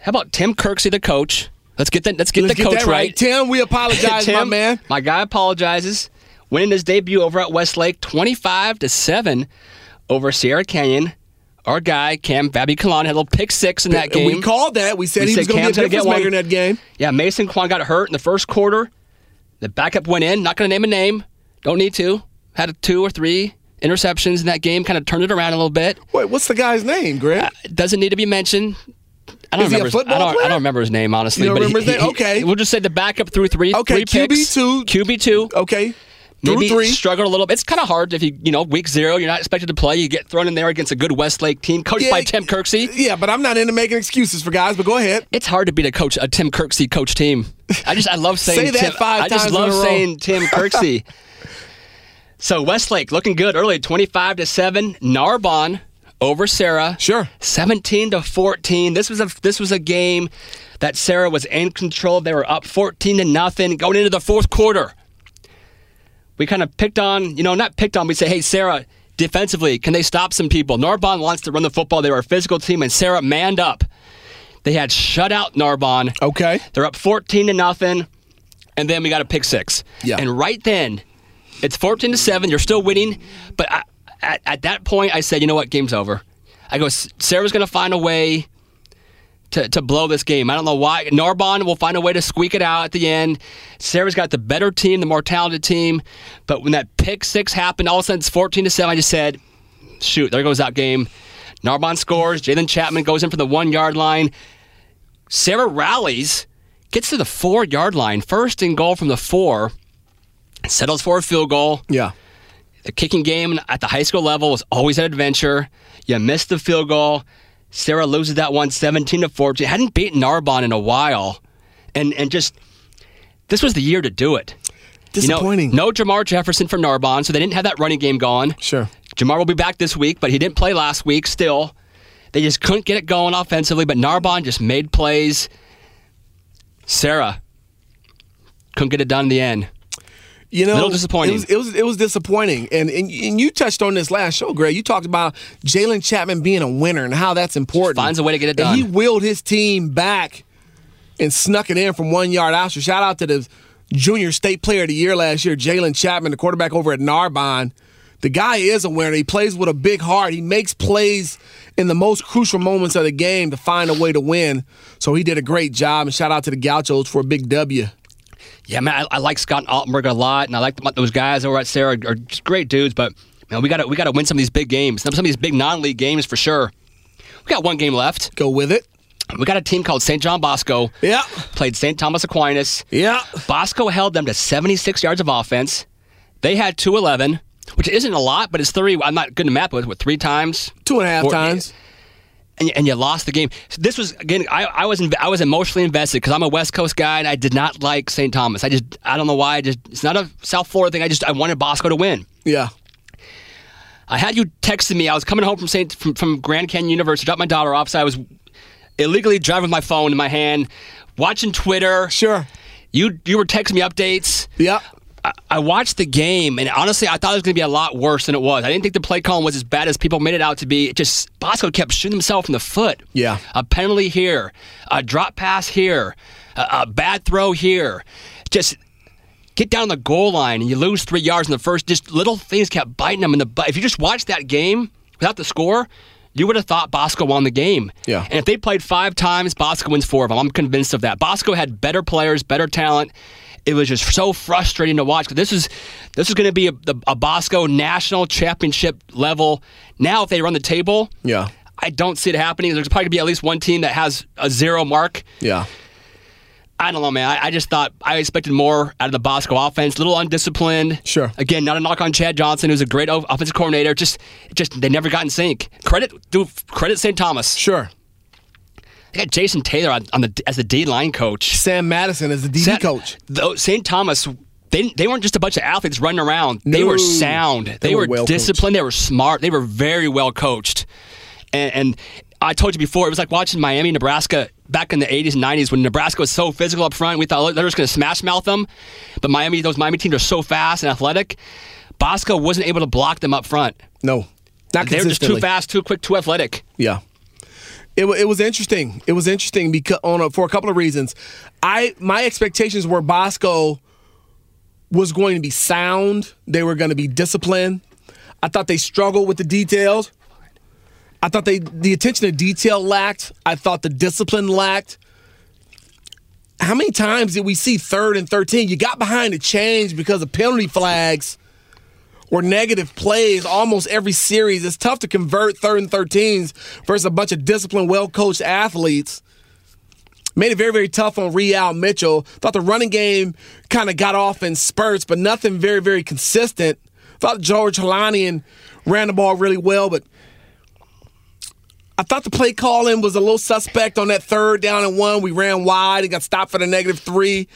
How about Tim Kirksey, the coach? Let's get the let's get Let's the get coach that right. Tim, we apologize, my Tim, man. My guy apologizes. Winning his debut over at Westlake, twenty-five to seven, over Sierra Canyon. Our guy Cam Fabi Kalon had a little pick six in that game. We called that. We said We he was said going to Cam's be gonna a difference get one. maker in that game. yeah, Mason Kwan got hurt in the first quarter. The backup went in. Not going to name a name. Don't need to. Had a two or three interceptions in that game. Kind of turned it around a little bit. Wait, what's the guy's name, Greg? It doesn't need to be mentioned. I don't Is he a remember. his- football I don't, I player? don't remember his name honestly. You don't but he- remember his he- name? Okay. he- we'll just say the backup through three. Okay, three picks. QB2. QB two. okay. maybe Through three. struggled a little bit. It's kind of hard if you, you know, week zero, you're not expected to play. You get thrown in there against a good Westlake team coached Yeah, by Tim Kirksey. Yeah, but I'm not into making excuses for guys, but go ahead. It's hard to beat a coach, a Tim Kirksey coach team. I just, I love saying Say that Tim- five I just times in love a row. saying Tim Kirksey. so Westlake looking good early, 25 to seven. Narbonne over Sarah. Sure. 17 to 14. This was a this was a game that Sarah was in control. They were up 14 to nothing going into the fourth quarter. We kind of picked on, you know, not picked on. We say, hey, Sarah, defensively, can they stop some people? Narbonne wants to run the football. They were a physical team, and Sarah manned up. They had shut out Narbonne. Okay. They're up 14 to nothing, and then we got a pick six. Yeah. And right then, it's 14 to seven. You're still winning, but I, at, at that point, I said, you know what, game's over. I go, "S- Sarah's going to find a way to, to blow this game. I don't know why. Narbonne will find a way to squeak it out at the end. Sarah's got the better team, the more talented team. But when that pick six happened, all of a sudden it's 14 to 7. I just said, shoot, there goes that game. Narbonne scores. Jalen Chapman goes in from the one yard line. Sarah rallies, gets to the four yard line, first and goal from the four, settles for a field goal. Yeah. The kicking game at the high school level was always an adventure. You missed the field goal. Sarah loses that one 17 to 14. Hadn't beaten Narbonne in a while. And and just this was the year to do it. You know, Disappointing. no Jamar Jefferson from Narbonne, so they didn't have that running game going. Sure. Jamar will be back this week, but he didn't play last week still. They just couldn't get it going offensively, but Narbonne just made plays. Sarah couldn't get it done in the end. You know, Little disappointing. It was, it was it was disappointing, and and, and you touched on this last show, Greg. You talked about Jalen Chapman being a winner and how that's important. Finds a way to get it And he done. willed his team back and snuck it in from one yard out. So shout out to the junior state player of the year last year, Jalen Chapman, the quarterback over at Narbonne. The guy is a winner. He plays with a big heart. He makes plays in the most crucial moments of the game to find a way to win. So he did a great job. And shout out to the Gauchos for a big W. Yeah, man, I, I like Scott Altenberg a lot, and I like those guys over at Sarah are just great dudes. But man, we got to we got to win some of these big games, some of these big non-league games for sure. We got one game left. Go with it. We got a team called St. John Bosco. Yeah. Played St. Thomas Aquinas. Yeah. Bosco held them to 76 yards of offense. They had 211, which isn't a lot, but it's three. I'm not good to map with, what, three times? Two and a half Four- times. and, and you lost the game. So this was again. I, I was inv- I was emotionally invested because I'm a West Coast guy and I did not like St. Thomas. I just I don't know why. I just it's not a South Florida thing. I just I wanted Bosco to win. Yeah. I had you texting me. I was coming home from Saint from, from Grand Canyon University. Dropped my daughter off. So I was illegally driving with my phone in my hand, watching Twitter. Sure. You you were texting me updates. Yeah. I- I watched the game, and honestly, I thought it was going to be a lot worse than it was. I didn't think the play calling was as bad as people made it out to be. It just Bosco kept shooting himself in the foot. Yeah. a penalty here, a drop pass here, a, a bad throw here. Just get down the goal line, and you lose three yards in the first. Just little things kept biting him in the butt. If you just watched that game without the score, you would have thought Bosco won the game. Yeah. and if they played five times, Bosco wins four of them. I'm convinced of that. Bosco had better players, better talent. it was just so frustrating to watch. 'Cause This is this is going to be a, the- a Bosco national championship level. Now, if they run the table, Yeah. I don't see it happening. There's probably going to be at least one team that has a zero mark. Yeah. I don't know, man. I, I just thought I expected more out of the Bosco offense. A little undisciplined. Sure. Again, not a knock on Chad Johnson, who's a great o- offensive coordinator. Just, just they never got in sync. Credit, dude. Credit St. Thomas. Sure. They got Jason Taylor on, on the as the D line coach. Sam Madison is the DB Sa- coach. Though St. Thomas, they didn't- they weren't just a bunch of athletes running around. They No. were sound. They, were were, well disciplined. They were smart. They were very well coached. And, and I told you before, it was like watching Miami, Nebraska back in the 80s and 90s when Nebraska was so physical up front. We thought "Look, they're just going to smash mouth them. But Miami, those Miami teams are so fast and athletic. Bosco wasn't able to block them up front. No. Not They were just consistently. too fast, too quick, too athletic. Yeah. It, wa- it was interesting. It was interesting because on a, for a couple of reasons. I my expectations were Bosco was going to be sound. They were going to be disciplined. I thought they struggled with the details. I thought they the attention to detail lacked. I thought the discipline lacked. How many times did we see third and 13? You got behind the change because of penalty flags or negative plays almost every series. It's tough to convert third and 13s versus a bunch of disciplined, well coached athletes. Made it very, very tough on Real Mitchell. Thought the running game kind of got off in spurts, but nothing very, very consistent. Thought George Helanian ran the ball really well, but I thought the play calling was a little suspect on that third down and one. We ran wide and got stopped for the negative three.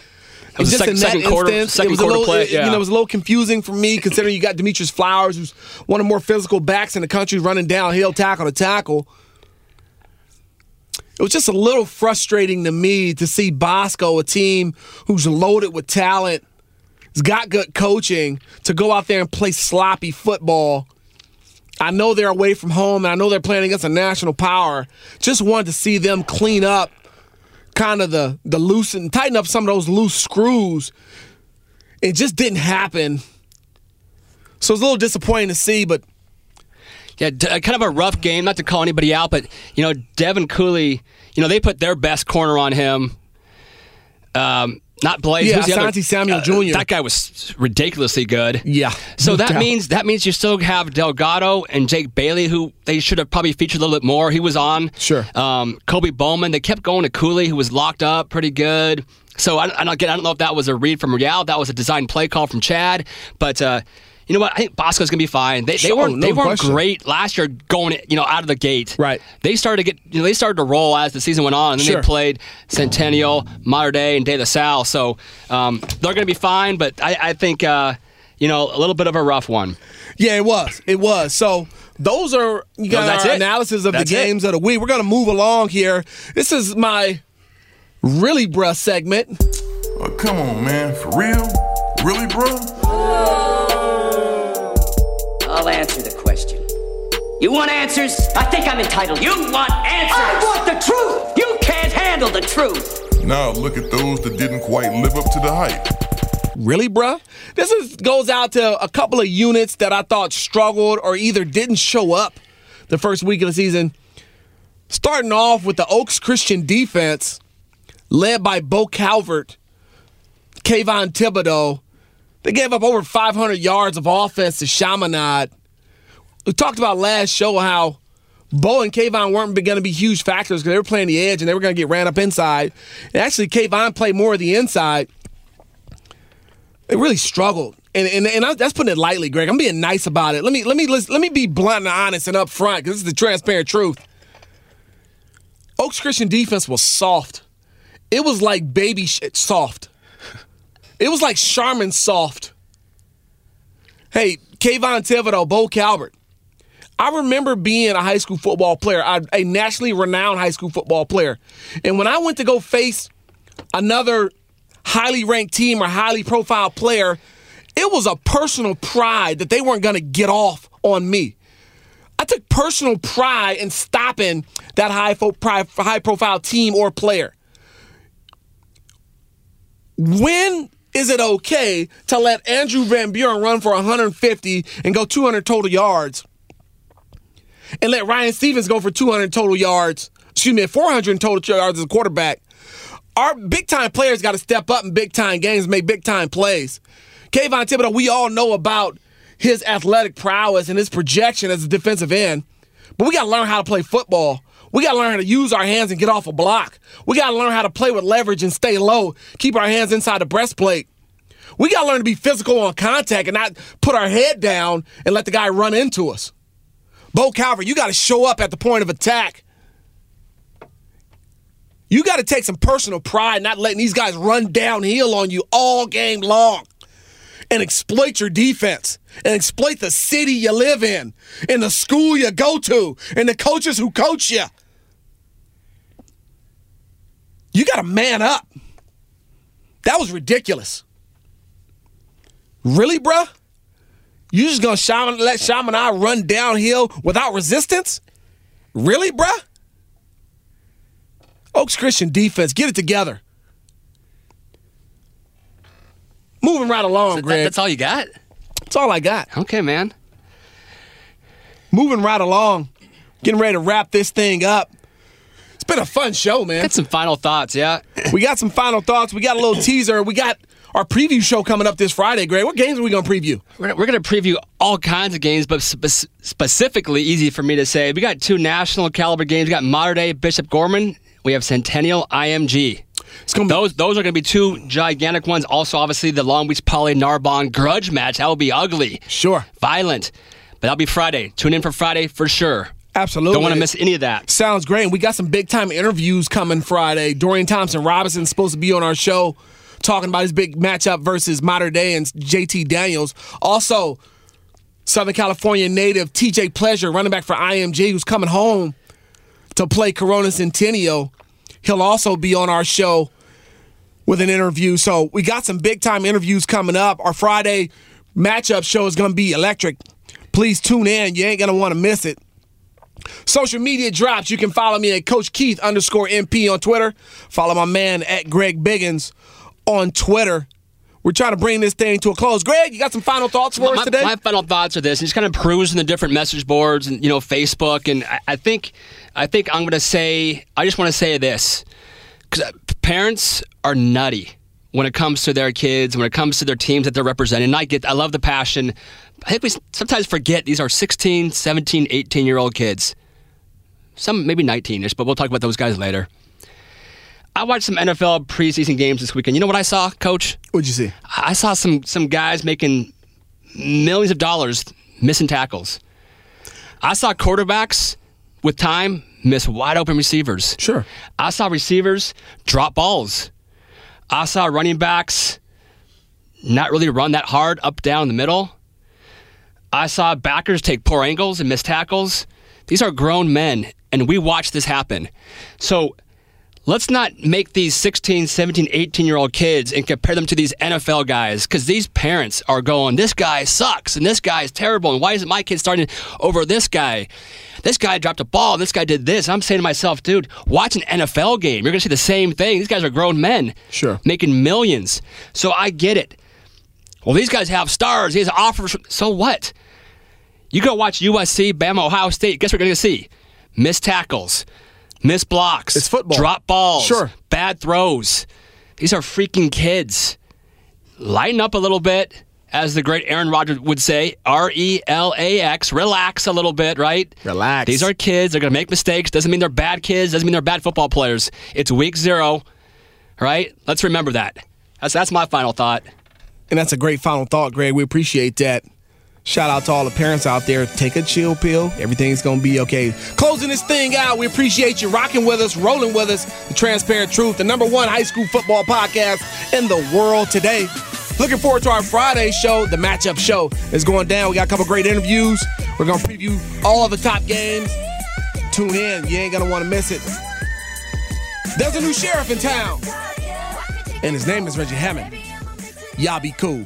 was And the just sec- in that second quarter- instance, it second was a quarter little- play, it- You yeah. know, it was a little confusing for me considering you got Demetrius Flowers, who's one of the more physical backs in the country, running downhill tackle to tackle. It was just a little frustrating to me to see Bosco, a team who's loaded with talent, has got good coaching, to go out there and play sloppy football. I know they're away from home, and I know they're playing against a national power. Just wanted to see them clean up kind of the the loose and tighten up some of those loose screws. It just didn't happen. So it's a little disappointing to see, but Yeah, d- uh, kind of a rough game. Not to call anybody out, but you know, Devin Cooley. You know, they put their best corner on him. Um, not Blaze. Yeah, who's the other- uh, Asante Samuel Jr.. That guy was ridiculously good. Yeah, So no that doubt. means that means you still have Delgado and Jake Bailey, who they should have probably featured a little bit more. He was on. Sure. Um, Kobe Bowman. They kept going to Cooley, who was locked up pretty good. So I, I, don't- again, I don't know if that was a read from Real. That was a design play call from Chad, but. Uh, you know what? I think Bosco's gonna be fine. They, they Sure, Oh, weren't no they weren't question. great last year going you know out of the gate. Right. They started to get you know, they started to roll as the season went on, and then Sure. they played Centennial, Modern Day, and De La Salle. So um, they're gonna be fine, but I, I think uh, you know a little bit of a rough one. yeah, it was. It was. So those are you got that's our it. analysis of That's the it. games of the week. We're gonna move along here. This is my really bruh segment. Oh, come on, man. For real? Really, bro? I'll answer the question. You want answers? I think I'm entitled. You want answers? I want the truth! You can't handle the truth! Now look at those that didn't quite live up to the hype. Really, bruh? This is goes out to a couple of units that I thought struggled or either didn't show up the first week of the season. Starting off with the Oaks Christian defense, led by Bo Calvert, Kayvon Thibodeau. They gave up over 500 yards of offense to Chaminade. We talked about last show how Bo and Kayvon weren't going to be huge factors because they were playing the edge and they were going to get ran up inside. And actually, Kayvon played more of the inside they really struggled. And and, and I, that's putting it lightly, Greg. I'm being nice about it. Let me let me let's, let me be blunt and honest and upfront because this is the transparent truth. Oaks Christian defense was soft. It was like baby shit soft. It was like Charmin soft. Hey, Kayvon Thibodeau, Bo Calvert. I remember being a high school football player, I- a nationally renowned high school football player. And when I went to go face another highly ranked team or highly profiled player, it was a personal pride that they weren't going to get off on me. I took personal pride in stopping that high, fo- pri- high profile team or player. When is it okay to let Andrew Van Buren run for 150 and go 200 total yards and let Ryan Stevens go for 200 total yards, excuse me, 400 total yards as a quarterback our big time players got to step up in big time games, make big time plays. Kayvon Thibodeau, we all know about his athletic prowess and his projection as a defensive end, but we got to learn how to play football. We got to learn how to use our hands and get off a block. We got to learn how to play with leverage and stay low, keep our hands inside the breastplate. We got to learn to be physical on contact and not put our head down and let the guy run into us. Bo Calvert, you got to show up at the point of attack. You got to take some personal pride in not letting these guys run downhill on you all game long and exploit your defense and exploit the city you live in and the school you go to and the coaches who coach you. You got to man up. That was ridiculous. Really, bruh? You just gonna shaman, let Shaman I run downhill without resistance? Really, bruh? Oaks Christian defense, get it together. Moving right along, That- Greg. that's all you got? That's all I got. Okay, man. Moving right along, getting ready to wrap this thing up. It's been a fun show, man. Got some final thoughts, yeah? We got some final thoughts. We got a little teaser. We got our preview show coming up this Friday, Greg. What games are we gonna preview? We're, we're going to preview all kinds of games, but spe- specifically, easy for me to say, we got two national caliber games. We got modern day Bishop Gorman. We have Centennial IMG. It's gonna be Those those are going to be two gigantic ones. Also, obviously, the Long Beach Poly Narbonne grudge match. That will be ugly, sure, violent, but that'll be Friday. Tune in for Friday for sure. absolutely. Don't want to miss any of that. Sounds great. And we got some big time interviews coming Friday. Dorian Thompson Robinson's supposed to be on our show talking about his big matchup versus Modern Day and JT Daniels. Also, Southern California native TJ Pleasure, running back for IMG, who's coming home to play Corona Centennial. He'll also be on our show with an interview. So we got some big time interviews coming up. Our Friday matchup show is going to be electric. Please tune in. You ain't going to want to miss it. Social media drops. You can follow me at Coach Keith underscore MP on Twitter. Follow my man at Greg Biggins on Twitter. We're trying to bring this thing to a close. Greg, you got some final thoughts for us my, today? my final thoughts are this: just kind of perusing the different message boards and you know Facebook, and I, I think, I think I'm going to say, I just want to say this, because parents are nutty when it comes to their kids, when it comes to their teams that they're representing. And I get, I love the passion. I think we s- sometimes forget these are 16, 17, 18 year old kids. Some maybe 19ish, but we'll talk about those guys later. I watched some NFL preseason games this weekend. You know what I saw, Coach? What'd you see? I saw some some guys making millions of dollars missing tackles. I saw quarterbacks with time miss wide open receivers. Sure. I saw receivers drop balls. I saw running backs not really run that hard up down the middle. I saw backers take poor angles and miss tackles. These are grown men, and we watch this happen. So let's not make these 16, 17, 18 year old kids and compare them to these NFL guys because these parents are going, this guy sucks and this guy is terrible. And why isn't my kid starting over this guy? This guy dropped a ball. This guy did this. I'm saying to myself, dude, watch an NFL game. You're going to see the same thing. These guys are grown men. Sure. Making millions. So I get it. Well, these guys have stars. These offers. So what? You go watch USC, Bama, Ohio State. Guess what you're going to see? Missed tackles, missed blocks. It's football. Drop balls. Sure. Bad throws. These are freaking kids. Lighten up a little bit, as the great Aaron Rodgers would say. R E L A X. Relax a little bit, right? Relax. These are kids. They're going to make mistakes. Doesn't mean they're bad kids. Doesn't mean they're bad football players. It's week zero, right? Let's remember that. That's, that's my final thought. And that's a great final thought, Greg. We appreciate that. Shout out to all the parents out there. Take a chill pill. Everything's going to be okay. Closing this thing out, we appreciate you rocking with us, rolling with us. The Transparent Truth, the number one high school football podcast in the world today. Looking forward to our Friday show. The matchup show is going down. We got a couple great interviews. We're going to preview all of the top games. Tune in. You ain't going to want to miss it. There's a new sheriff in town, and his name is Reggie Hammond. Y'all be cool.